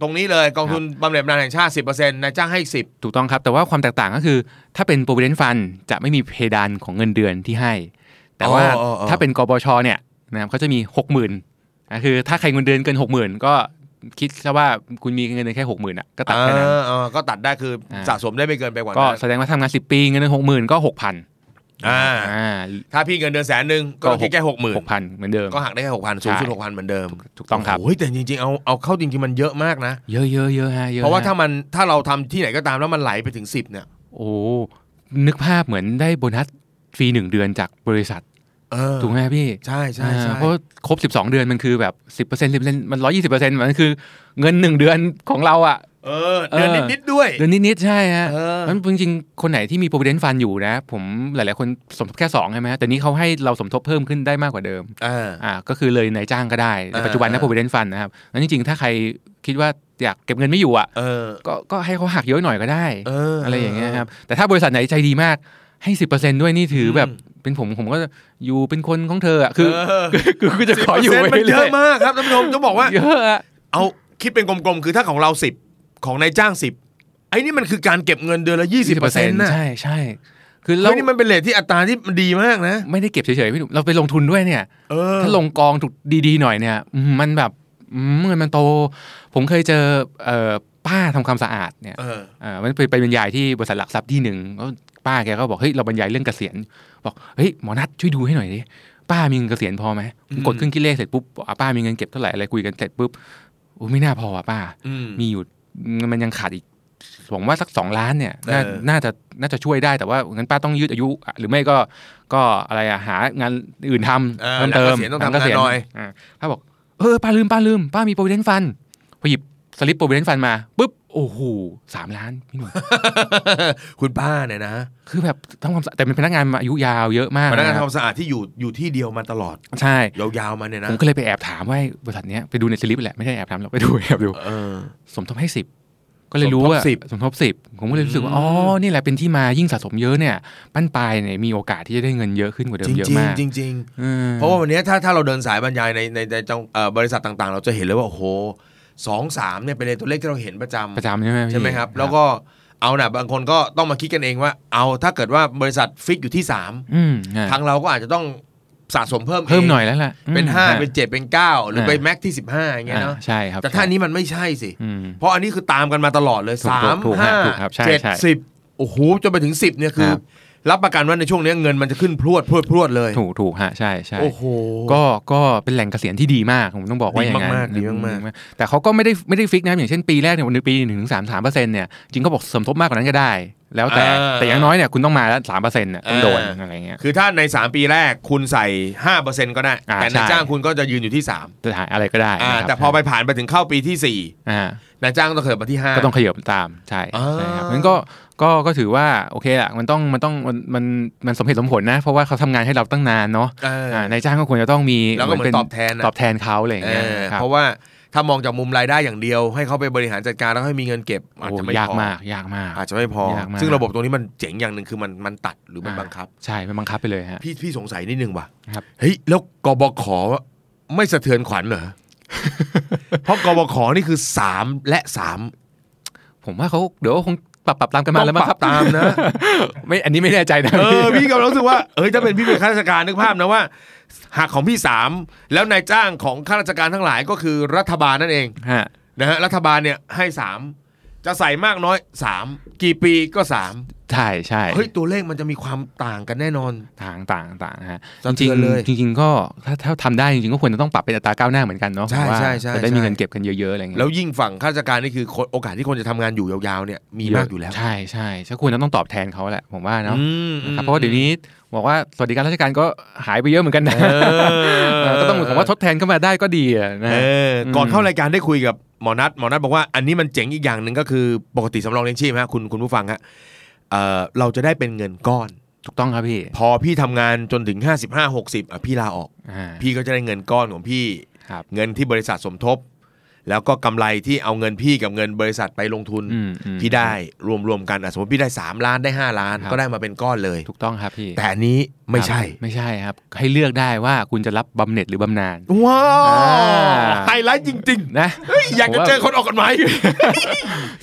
S1: ตรงนี้เลยกองทุนบำเหน็จบำนาญแห่งชาติ 10%นายจ้างให้อีก10
S2: ถูกต้องครับ แต่ว่าความแตกต่างก็คือ ถ้าเป็น provident fund จะไม่มีเพดานของเงินเดือนที่ให้ แต่ว่า
S1: อ๋ออ๋ออ๋อ
S2: ถ้าเป็นกบชเนี่ยนะครับเขาจะมี 60,000อ่าคือถ้าใครเงินเดือนเกิน 60,000 ก็ คิดซะว่าคุณมีเงินเดือนแค่หกหมื่นอ่ะก็ตัดแค่นั้น
S1: อ่าอ่าก็ตัดได้คืออา สะสมได้ไม่เกินไปกว่า
S2: ก็
S1: นั้น
S2: แสดงว่าทำงานสิบปีเงินเดือนหกหมื่นก็หกพัน
S1: อ่า
S2: อ่า
S1: ถ้าพี่เงินเดือนแสนหนึ่งก็
S2: ก็
S1: คิดแค่หกหมื่น
S2: หกพันเหมือนเดิม
S1: ก็หักได้แค่หกพันสูงสุด
S2: ใช่
S1: หกพันเหมือนเดิม
S2: ถูกต้องครับ
S1: โอ้ยแต่จริงๆเอาเอาเข้าจริงๆมันเยอะมากนะ
S2: เยอะเยอะเยอะฮะเยอะ
S1: เพราะว่าถ้า
S2: ฮ
S1: มันถ้าเราทำที่ไหนก็ตามแล้วมันไหลไปถึง 10เนี่ย
S2: โอ้นึกภาพเหมือนได้โบนัสฟรีหนึ่งเดือนจากบริษัท
S1: เออ
S2: ถูกไหมพี่
S1: ใช่ใช่
S2: อ่า
S1: ใช่
S2: เพราะครบ 12 เดือนมันคือแบบ 10% 10%มัน120%มันคือเงิน 1 เดือนของเราอ่ะ
S1: เออเดือน
S2: เออ
S1: นิดๆด้วย
S2: เดือนนิดๆใช่ฮะ
S1: เออ
S2: มันจริงๆ คนไหนที่มี provident fund อยู่นะ ผมหลายๆ คนสมทบแค่ 2 ใช่ไหมฮะแต่นี้เขาให้เราสมทบเพิ่มขึ้นได้มากกว่าเดิม
S1: อ่า
S2: อ่า ก็คือเลยนายจ้างก็ได้แต่ปัจจุบัน
S1: เอ
S2: นะ
S1: อ
S2: provident fund นะครับนั้นจริงๆ ถ้าใครคิดว่าอยากเก็บเงินไม่อยู่อ่ะ
S1: เออ
S2: ก็ก็ให้เขาหักเยอะหน่อยก็ได้
S1: เอออะ
S2: อะไรอย่างเงี้ยครับ แต่ถ้าบริษัทไหนใจดีมากให้สิบเปอร์เซ็นด้วยนี่ถืออ
S1: ม
S2: แบบเป็นผมผมก็อยู่เป็นคนของเธออ่ะ คือ
S1: เออ
S2: คือคือจะขออยู่
S1: 10%
S2: ไป
S1: มันเย
S2: เรื่อ
S1: อะ
S2: ย
S1: มากครับท่านผู้ชมจะบอก
S2: [LAUGHS]
S1: ว่า
S2: เยอะอะ
S1: เอาคิดเป็นกลมๆ คือถ้าของเรา 10 ของนายจ้าง 10 ไอ้นี่มันคือการเก็บเงินเดือนละ 20เปอร์เซ็นต์นะ
S2: ใช่ใช่คือ
S1: แล้
S2: แล้ว ว
S1: นี่มันเป็นเลทที่อัตราที่มันดีมากนะ
S2: ไม่ได้เก็บเฉยๆพี่หนุ่มเราไปลงทุนด้วยเนี่ย
S1: เออ
S2: ถ้าลงกองถูกดีๆหน่อยเนี่ยอืมมันแบบอืมเงินมันโต ผมเคยเจอเอ่อป้าทำความสะอาดเนี่ย
S1: เออ
S2: อ่ามันไปไปบรรยายที่บริษัทหลักทรัพย์ที่หนึ่งแล้วป้าแกก็บอกเฮ้ยเราบรรยายเรื่องเกษียณบอกเฮ้ยหมอนัทช่วยดูให้หน่อยดิป้ามีเงินเกษียณพอไหม
S1: อืม
S2: กดเครื่องคิดเลขเสร็จปุ๊บบอกอ่ะป้ามีเงินเก็บเท่าไหร่อะไรคุยกันเสร็จปุ๊บโอ้ไม่น่าพออ่ะป้า
S1: อืม
S2: มีอยู่มันยังขาดอีกผมว่าสักสองล้านเนี่ยนา
S1: เออ
S2: น่าจะน่าจะช่วยได้แต่ว่างั้นป้าต้องยืดอายุอ่ะหรือไม่ก็ก็อะไรอะหางานอื่นทำ
S1: อ่า
S2: เพิ่มเติม
S1: หลังเกษียณต้องทำงา
S2: หลั
S1: นหน่อย
S2: าป้าบอกเออป้าลืมป้าลืมป้ามีโปรวิเดนฟันพอหยิบสลิปโปรวิเดนฟันมาปุ๊บโอ้โหสามล้านพี่
S1: [LAUGHS]
S2: หนุ่ม
S1: [LAUGHS] คุณป้าเนี่ยนะ
S2: คือแบบทำความสะอาดแต่เป็นพนักงานมาอายุยาวเยอะมาก
S1: พนักงาน
S2: นะค
S1: ทำค
S2: รับ
S1: วามสะอาดที่อยู่อยู่ที่เดียวมาตลอด
S2: ใช่
S1: ยาวๆมาเนี่ยนะ
S2: ผมก็เลยไปแอบถามว่าไอ้บริษัทเนี้ยไปดูในสลิปแหละไม่ใช่แอบถามเราไปดู [LAUGHS] แอบดู
S1: เออ
S2: สมทบให้สิบก็เลยรู้ว่า
S1: สมทบ10
S2: สมทบสิบผมก็เลยรู้สึกว่า
S1: อืม
S2: อ๋อนี่แหละเป็นที่มายิ่งสะสมเยอะเนี่ยปั้นปลายเนี่ยมีโอกาสที่จะได้เงินเยอะขึ้นกว่าเดิ
S1: จ
S2: ม
S1: ริง
S2: เยอะ
S1: จริง
S2: มาก
S1: จริง ๆ
S2: อืม
S1: เพราะว่าวันนี้ถ้าถ้าเราเดินสายบรรยายในในในจังเอ่อบริษัทต่างๆ เราจะเห็นเลยว่า โอ้โหสองสามเนี่ยเป็นตัวเลขที่เราเห็นประจำ
S2: ประจำใช่ไหมพี่
S1: ใช่ไหมครับ แล้วก็เอาน่ะบางคนก็ต้องมาคิดกันเองว่า เอาถ้าเกิดว่าบริษัทฟิกอยู่ที่
S2: อืมอ่ะ
S1: 3 ทางเราก็อาจจะต้องสะสมเพิ่ม
S2: เพิ่ม
S1: ง
S2: หน่อยแล้วล่ะอืม
S1: เป็น
S2: อ่ะ
S1: 5 เป็น 7 เป็น 9 หรือไป
S2: อ่า
S1: แม็กที่ 15 อย่างเงี้ยเนาะ
S2: อ่ะใช่ครับ
S1: แต่ถ้าอันนี้มันไม่ใช่สิ
S2: อืม
S1: เพราะอันนี้คือตามกันมาตลอดเลย
S2: ถูก
S1: 3
S2: ถูกฮะถูกครับใช่
S1: 5
S2: ใช่
S1: 7 10โอ้โหจนไปถึง 10เนี่ยคือ
S2: ครับ
S1: รับประกันว่าในช่วงเนี้ยเงินมันจะขึ้นพรวดพรวดพรวดเลย
S2: ถูกถูกฮะใช่ใช่
S1: โอ้โห
S2: ก็ก็เป็นแหล่งเกษียณที่ดีมากผมต้องบอกว่าอย่างนั้น
S1: ดีมากๆดีมาก
S2: แต่เขาก็ไม่ได้ไม่ได้ฟิกนะครับอย่างเช่นปีแรกเนี่ยวันหนึงปีหนึ่งถึงสามสามเปอร์เซ็นต์เนี่ยจริงก็บอกสมทบมากกว่านั้นก็ได้ แล้วแต่
S1: เออ
S2: แต่อย่างน้อยเนี่ยคุณต้องมาแล้วสามเปอร์เซ็นต์เนี่ยต้องโดน
S1: เอออ
S2: อะไรเงี้ย
S1: คือถ้าใน 3 ปีแรกคุณใส่ 5%ก็ได้
S2: อ่า
S1: แต่นาย
S2: ใช่
S1: จ้างคุณก็จะยืนอยู่ที่ 3
S2: จะหาอะไรก็ได้
S1: อ่า
S2: นะครับ
S1: แต่พอไปผ่านไปถึงเข้าปีที่
S2: อ่า
S1: 4 นายจ้างต้องเกิดมาที่ 5
S2: ก็ต้องขยับตามใช่
S1: อ่า
S2: ใช่ครับงั้นก็ก็ก็ถือว่าโอเคละมันต้องมันต้องมันมันมันสมเหตุสมผลนะ เพราะว่าเขาทำงานให้เราตั้งนานเนาะ
S1: เออ
S2: อ่านายจ้างก็ควรจะต้องมี
S1: แล้วก็เหมือน
S2: ป็
S1: ตอบแทนนะ
S2: ตอบแทนเขาอะไรอย่าง
S1: เอ
S2: เงี้ย
S1: อ
S2: ครับ
S1: เพราะว่าถ้ามองจากมุมรายได้อย่างเดียว ให้เขาไปบริหารจัดการแล้วให้มีเงินเก็บอาจ
S2: โอ้
S1: จะไม่
S2: ยาก
S1: พอ
S2: มากยากมาก
S1: อาจจะไม่พอ
S2: ยากมาก
S1: ซึ่งระบบตรงนี้มันเจ๋งอย่างหนึ่งคือมันมันตัดหรือมันบังคับ
S2: ใช่มันบังคับไปเลยฮะ
S1: พี่พี่สงสัยนิดนึงว่ะ
S2: ครับ
S1: เฮ้ยแล้วกบขไม่สะเทือนขวัญเหรอ เพราะกบขนี่คือสามและสาม
S2: ผมว่าเขาเดี๋ยวคงปรับปรับตามกันมาแล้วมั้งครับ
S1: ต้องปรับตามนะ
S2: ไม่อันนี้ไม่แน่ใจนะ
S1: เออพี่กำลังรู้สึกว่าเอ้ยถ้าเป็นพี่เป็นข้าราชการนึกภาพนะว่าหักของพี่สามแล้วนายจ้างของข้าราชการทั้งหลายก็คือรัฐบาลนั่นเอง
S2: ฮะ
S1: นะฮะรัฐบาลเนี่ยให้สามจะใส่มากน้อยสามกี่ปีก็สาม
S2: ใช่ใช่
S1: เฮ้ยตัวเลขมันจะมีความต่างกันแน่นอน
S2: ต่างต่างต่างฮะ
S1: สะเทื
S2: จริง
S1: อนเลย
S2: จริง ๆ ก็ถ้าถ้าทำได้จริงๆก็ควรจะต้องปรับเป็นอัตราก้าวหน้าเหมือนกันเนาะ
S1: ใช่
S2: เพราะว่า
S1: ใช่ใช่
S2: จะได้
S1: ใช่
S2: มีเงินเก็บกันเยอะๆอะไรเงี้ย
S1: แล้วยิ่งฝั่งข้าราชการนี่คือคนโอกาสที่คนจะทำงานอยู่ยาวๆเนี่ยมีมากอยู่แล้ว
S2: ใช่ใช่ใช่ควรจะต้องตอบแทนเขาแหละผมว่าเนาะ
S1: อืม
S2: นะครับเพราะว่าเดี๋ยวนี้บอกว่าสวัสดิการราชการก็หายไปเยอะเหมือนกันนะ
S1: เอ
S2: เออก็ต้องผมว่าทดแทนเข้ามาได้ก็ดีอะนะ
S1: เออ
S2: อืม
S1: ก่อนเข้ารายการได้คุยกับหมอนัทหมอนัทบอกว่าอันนี้มันเจ๋งอีกอย่างหนึ่งก็คือปกติสำรองเลี้ยงชีพฮะคุณคุณผู้ฟังฮะเอ่อเราจะได้เป็นเงินก้อน
S2: ถูกต้องครับพี่
S1: พอพี่ทำงานจนถึง 55 60อ่ะพี่ลาออก
S2: อ่า
S1: พี่ก็จะได้เงินก้อนของพี่
S2: ครับ
S1: เงินที่บริษัทสมทบ แล้วก็กำไรที่เอาเงินพี่กับเงินบริษัทไปลงทุน
S2: อืมอืม
S1: พี่ได้รวมๆกันอ่ะสมมติพี่ได้ 3 ล้านได้ 5 ล้าน
S2: ครับ
S1: ก็ได้มาเป็นก้อนเลย
S2: ถูกต้องครับพี่
S1: แต่อันนี้ไม่ใช่
S2: ครับไม่ใช่ครับ ให้เลือกได้ว่าคุณจะรับบำเหน็จหรือบำนาญ
S1: ว้า
S2: อ่
S1: ว
S2: า
S1: ไฮไลท์จริง
S2: นะ
S1: ๆเฮ้ยอยากจะเจอคนออกกฎหมาย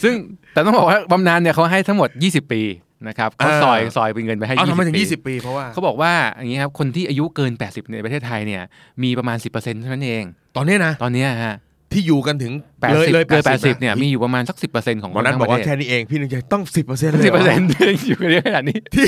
S2: ซึ่งแต่ต้องบอกว่าบำนาญเนี่ยเขาให้ทั้งหมด 20 ปีนะครับเขา
S1: อ่า
S2: ซอยซอยเป็นเงินไปให้
S1: เอาทำไมถึง
S2: 20
S1: 20 ปีเพราะว่า
S2: เขาบอกว่าอย่างนี้ครับคนที่อายุเกิน 80 ในประเทศไทยเนี่ยมีประมาณ 10%เท่านั้นเอง
S1: ตอนนี้นะ
S2: ตอนเนี้ยฮะ
S1: ที่อยู่กันถึง
S2: แปด
S1: เลย
S2: สิบ
S1: เลย
S2: เกิน
S1: 80
S2: แปดสิบเนี่ยมีอยู่ประมาณสักสิบเปอร์เซ็นต์ของ
S1: วันนั้น
S2: ทั้ง
S1: บอกว่า
S2: ปะเท
S1: แค่
S2: ศ
S1: นี้เองพี่หนึงใจต้อง 10%เลย
S2: สิบ
S1: เห
S2: เปอ
S1: ร
S2: ร์เซ็
S1: อน
S2: ต์อยู่กันเยอะขนาด
S1: [LAUGHS]
S2: นี้
S1: ที่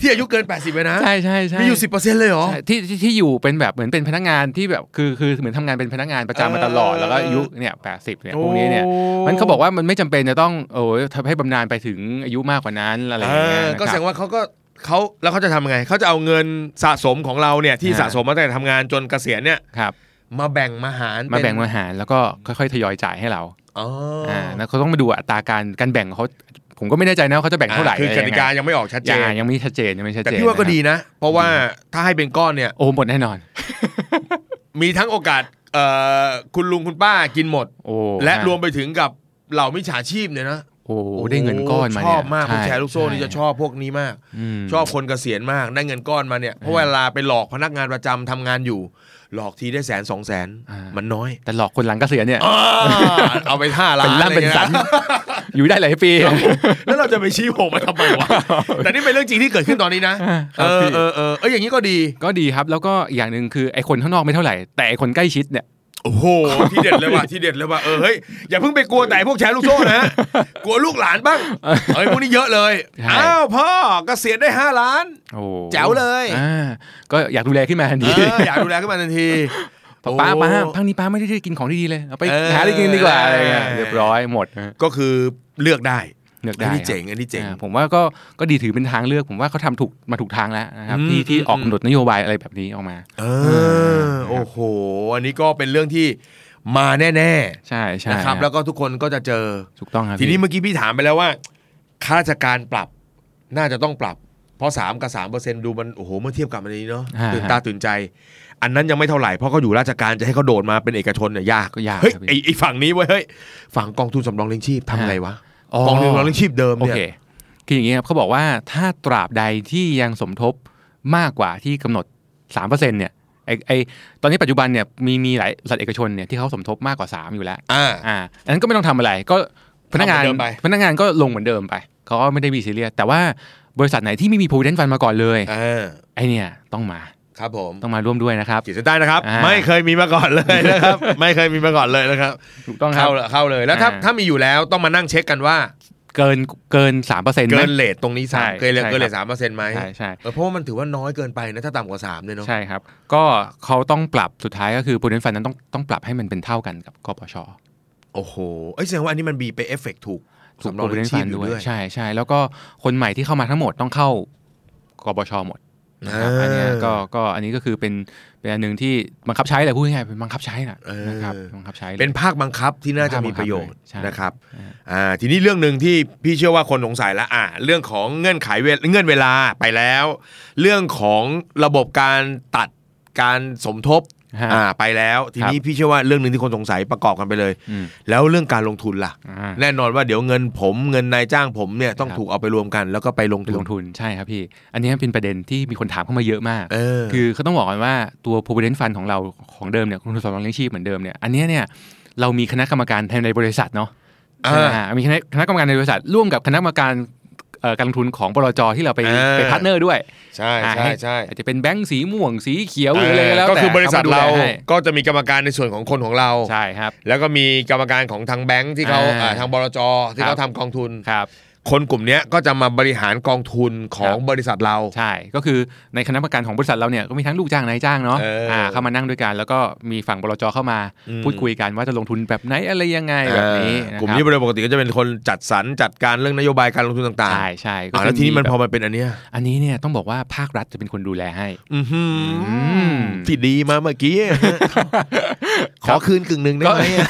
S1: ที่อายุเกิน 80เลยนะ
S2: ใช่ใช่ใช่
S1: มีอยู่ 10%เลยเหรอ
S2: ใช่ที่ที่ที่อยู่เป็นแบบเหมือนเป็นพนักงานที่แบบคือคือเหมือนทำงานเป็นพนักงานประจำมาตลอด
S1: เออ
S2: แล้วก็อายุเนี่ยแปดสิบเนี่ยพวกนี้เนี่ยมันเขาบอกว่ามันไม่จำเป็นจะต้องโอ้ยทำให้บำนาญไปถึงอายุมากกว่านั้นอะไรอย่างเงี้ย
S1: เออก็แสดง
S2: นะครับ
S1: ว่าเขาก็เขาแล้วเขาจะทำยังไง เขาจะเอาเงินสะสมของเราเนี่ยที่
S2: อ่า
S1: สะสมมาตั้งแต่ทำงานจนเกษียณเนี่ย
S2: ครับ
S1: มาแบ่งมาหาร
S2: มาแบ่ง
S1: เป็น
S2: มาหารแล้วก็ค่อยๆทยอยจ่ายให้เรา
S1: อ๋ออ่
S2: าแล้วเขาต้องมาดูอัตราการการแบ่งของเขาผมก็ไม่แน่ใจนะว่าเขาจะแบ่งเท่าไหร่
S1: คือกติกา
S2: ะไร
S1: ยังไม่ออกชัดเจ
S2: ยั
S1: น
S2: งไงอ่ายังไม่ชัดเจนยังไม่ชัดเจน
S1: แต่พี่ว่าก็
S2: นะครับ
S1: ดีนะ เพราะว่าถ้าให้เป็นก้อนเนี่ย
S2: โอ้หมดแน่นอน
S1: มีทั้งโอกาสเอ่อคุณลุงคุณป้ากินหมด
S2: โอ้
S1: และ
S2: ฮ
S1: รวมไปถึงกับเหล่ามิจฉาชีพเนี่ยนะ
S2: โอ้ได้เงินก้อนมา
S1: ช
S2: เนี่ย
S1: อบมากคุณ
S2: ใ
S1: แชร์ลูกโซ่นี่จะชอบพวกนี้มาก
S2: ม
S1: ชอบคนเกษียณมากได้เงินก้อนมาเนี่ยเพราะเวลาไปหลอกพนักงานประจำทำงานอยู่ หลอกทีได้แสนสองแสนมันน้อย
S2: แต่หลอกคนหลังเกษียณเนี่ย
S1: อ่าเอาไปท่าล้า
S2: เป็น
S1: น
S2: ล่ำเป็นสัน
S1: อะไรงี้ย
S2: อยู่ได้หลายปี
S1: แล้วเราจะไปชี้โผมมาทำไมวะแต่นี่เป็นเรื่องจริงที่เกิดขึ้นตอนนี้นะ
S2: ครั
S1: เอบ อ
S2: พี่
S1: เออเออเอยอย่างนี้ก็ดี
S2: ก็ดีครับแล้วก็อีกอย่างหนึ่งคือไอ้คนข้างนอกไม่เท่าไหร่แต่ไอ้คนใกล้ชิดเนี่ย
S1: โอ้โหที่เด็ดเลยว่ะที่เด็ดเลยว่ะเออเฮ้ยอย่าเพิ่งไปกลัวแต่พวกแชร์ลูกโซ่นะ กลัวลูกหลานบ้างเอ้ยพวกนี้เยอะเลย
S2: ใช่
S1: อ้าวพ่อเกษียณได้ห้าล้าน
S2: โอ้
S1: แจ๋วเลย
S2: อ่าก็อยากดูแลขึ้นมาทัน
S1: เอ
S2: ที
S1: ออยากดูแลขึ้นมาทันที
S2: ป้า
S1: โอ้
S2: ป้าพังนี้ป้าไม่ได้กินของดีๆเลยเอาไปหาอะไรกินดีกว่าอะไรเงี้ยเรียบร้อยหมดนะ
S1: ก็คือเลือกได้
S2: เลือก
S1: อั
S2: ได้
S1: น
S2: ค
S1: นี้
S2: รับ
S1: เจ๋งอันนี้เจ๋ง
S2: อ่าผมว่าก็ก็ดีถือเป็นทางเลือก ผมว่าเขาทำถูกมาถูกทางแล้วนะครับ
S1: อืม
S2: ที่ที่
S1: อืม
S2: ออกกำหนดนโยบายอะไรแบบนี้ออกมา
S1: เออโอ้โห อันนี้ก็เป็นเรื่องที่มาแน่
S2: ใช่
S1: ๆ
S2: ใช่
S1: นะครับ แล้วก็ทุกคนก็จะเจอ
S2: ถูกต้องครับ
S1: ทีนี้
S2: พี่
S1: เมื่อกี้พี่ถามไปแล้วว่าข้าราชการปรับน่าจะต้องปรับ เพราะสามกับสามเปอร์เซ็นดูมันโอ้โหเมื่อเทียบกับอันนี้เนาะตื่นตาตื่นใจ อันนั้นยังไม่เท่าไหร่เพราะเขาอยู่ราชการจะให้เขาโดดมาเป็นเอกชนเนี่ยยาก
S2: ก็ยาก
S1: เฮ้ย
S2: ครับ
S1: ไอ้
S2: พี่
S1: ไอ้ฝั่งนี้เว้ยเฮ้ยฝั่งกองทุนสำรองเลี้ยงชีพทำไงวะ
S2: อ๋อ
S1: กองทุนสำรองเลี้ยงชีพเดิม
S2: โอ
S1: เนี่ย
S2: เคคืออย่างนี้ครับเขาบอกว่าถ้าตราบใดที่ยังสมทบมากกว่าที่กำหนด3%เนี่ยไอไอตอนนี้ปัจจุบันเนี่ยมีมีหลายสัตว์เอกชนเนี่ยที่เขาสมทบมากกว่า 3 อยู่แล้ว
S1: อ่า
S2: อ่าอันนั้นก็ไม่ต้องทำอะไรก็พนักงาน
S1: เอาเหมือนเดิมไป
S2: พนักงานก็ลงเหมือนเดิมไปเขาก็ไม่ได้มีซีเรียสแต่ว่าบริษัทไหนที่ไม่มี provident fund มาก่อนเลย
S1: เออ
S2: ไอเนี่ยต้องมา
S1: ครับผม
S2: ต้องมาร่วมด้วยนะครับ
S1: ขีดเส้นใต้นะครับ
S2: อ่า
S1: ไม่เคยมีมาก่อนเลยนะครับ [LAUGHS] ไม่เคยมีมาก่อนเลยนะครับ
S2: ถูกต้องครับ
S1: เข้าเลยเข้าเลยแล้วถ้า
S2: อ่า
S1: ถ้ามีอยู่แล้วต้องมานั่งเช็คกันว่า
S2: เกินเกินสามเปอร์เซ็นต์
S1: เกินเลทตรงนี้สาม
S2: ใช่
S1: เกินเลท
S2: ใช่ครับ
S1: เกินเลทสามเปอร์เซ็นต์ไหม
S2: ใช่ใช่
S1: เออเพราะว่ามันถือว่าน้อยเกินไปนะถ้าต่ำกว่าสามเลยเนาะ
S2: ใช่ครับ ก็เขาต้องปรับสุดท้ายก็คือ prudent fund นั้นต้องต้องปรับให้มันเป็นเท่ากันกับกปช
S1: โอ้โหเอ้ยแสดงว่าอันนี้มันบีไปเอฟเฟกต์ถูก
S2: ถูก
S1: สำรองเลี้ยง
S2: prudent
S1: ชีพ
S2: fund
S1: อยู่
S2: ด้วย
S1: ด้วย
S2: ใช่ใช่แล้วก็คนใหม่ที่เข้ามาทั้งหมดต้องเข้ากปชหมดนะครับอันเนี้ยก็ก็อันนี้ก็คือเป็นเป็นอันหนึ่งที่บังคับใช้แหละพูดง่ายๆเป็นบังคับใช้นะ
S1: เออ
S2: นะครับบังคับใช้ลย
S1: เป็นภาคบังคับที่น่าจะ
S2: ภาคบั
S1: มี
S2: งคับ
S1: ประโยชน์
S2: ใช่
S1: นะครับ
S2: อ่า
S1: อ่าทีนี้เรื่องหนึ่งที่พี่เชื่อว่าคนสงสัยละอ่าเรื่องของเงื่อนไขเวเงื่อนเวลาไปแล้ว เรื่องของระบบการตัดการสมทบ
S2: ฮะ
S1: อ่าไปแล้วทีนี้พี่เชื่อว่าเรื่องหนึ่งที่คนสงสัยประกอบกันไปเลย
S2: อืม
S1: แล้วเรื่องการลงทุนล่ะ
S2: อ่า
S1: แน่นอนว่าเดี๋ยวเงินผมเงินนายจ้างผมเนี่ยต้อง
S2: ครับ
S1: ถูกเอาไปรวมกัน แล้วก็ไปลง
S2: เป็น
S1: ทุ
S2: ล
S1: น
S2: งทุนใช่ครับพี่ อันเนี้ยเป็นประเด็นที่มีคนถามเข้ามาเยอะมาก
S1: เออ
S2: คือเขาต้องบอกก่อนว่าตัว provident fund ของเราของเดิมเนี่ยกองทุนสำรองเลี้ยงชีพเหมือนเดิมเนี่ยอันเนี้ยเนี่ยเรามีคณะกรรมการภายในบริษัทเนาะ
S1: อ่า
S2: อ่ามีคณะคณะกรรมการในบริษัท ร่วมกับคณะกรรมการเอ่อการลงทุนของบลจที่เราไป
S1: เออ
S2: ไปพาร์ทเนอร์ด้วย
S1: ใช่
S2: อ่า
S1: ใช่ใช่
S2: อาจจะเป็นแบงค์สีม่วงสีเขียวหรืออะไรก็แล้ว
S1: ก็
S2: แต่
S1: คือบริษัท
S2: ขม
S1: เรา
S2: ดูแลให้
S1: ก็จะมีกรรมการในส่วนของคนของเรา
S2: ใช่ครับ
S1: แล้วก็มีกรรมการของทางแบงค์ที่เขา
S2: อ่า
S1: อ่าทางบลจที่
S2: ครั
S1: เขา
S2: บ
S1: ทำกองทุน
S2: ครับ
S1: คนกลุ่มเนี้ยก็จะมาบริหารกองทุนของ
S2: ครับ
S1: บริษัทเรา
S2: ใช่ก็คือในคณะกรรมการของบริษัทเราเนี่ยก็มีทั้งลูกจ้างนายจ้างเนาะ
S1: เอออ่
S2: ่าเข้ามานั่งด้วยกัน แล้วก็มีฝั่งบลจเข้ามา
S1: อืม
S2: พูดคุยกันว่าจะลงทุนแบบไหนอะไรยังไงแบบนี้
S1: อ่า
S2: ะ
S1: กลุ่ม
S2: ครับ
S1: นี้โดยปกติก็จะเป็นคนจัดสรรจัดการเรื่องนโยบายการลงทุนต่าง
S2: ใช่ใช่
S1: ๆ
S2: ก็
S1: อ่า
S2: จะ
S1: แล้วทีนี้มัน
S2: แบบ
S1: พอมันเป็นอันเนี้ย
S2: อันนี้เนี่ยต้องบอกว่าภาครัฐจะเป็นคนดูแลให้
S1: อือหือ
S2: ม
S1: ที่ดีมาเมื่อกี้ ขอคืนกึ่งหนึ่งได้ไหมอะ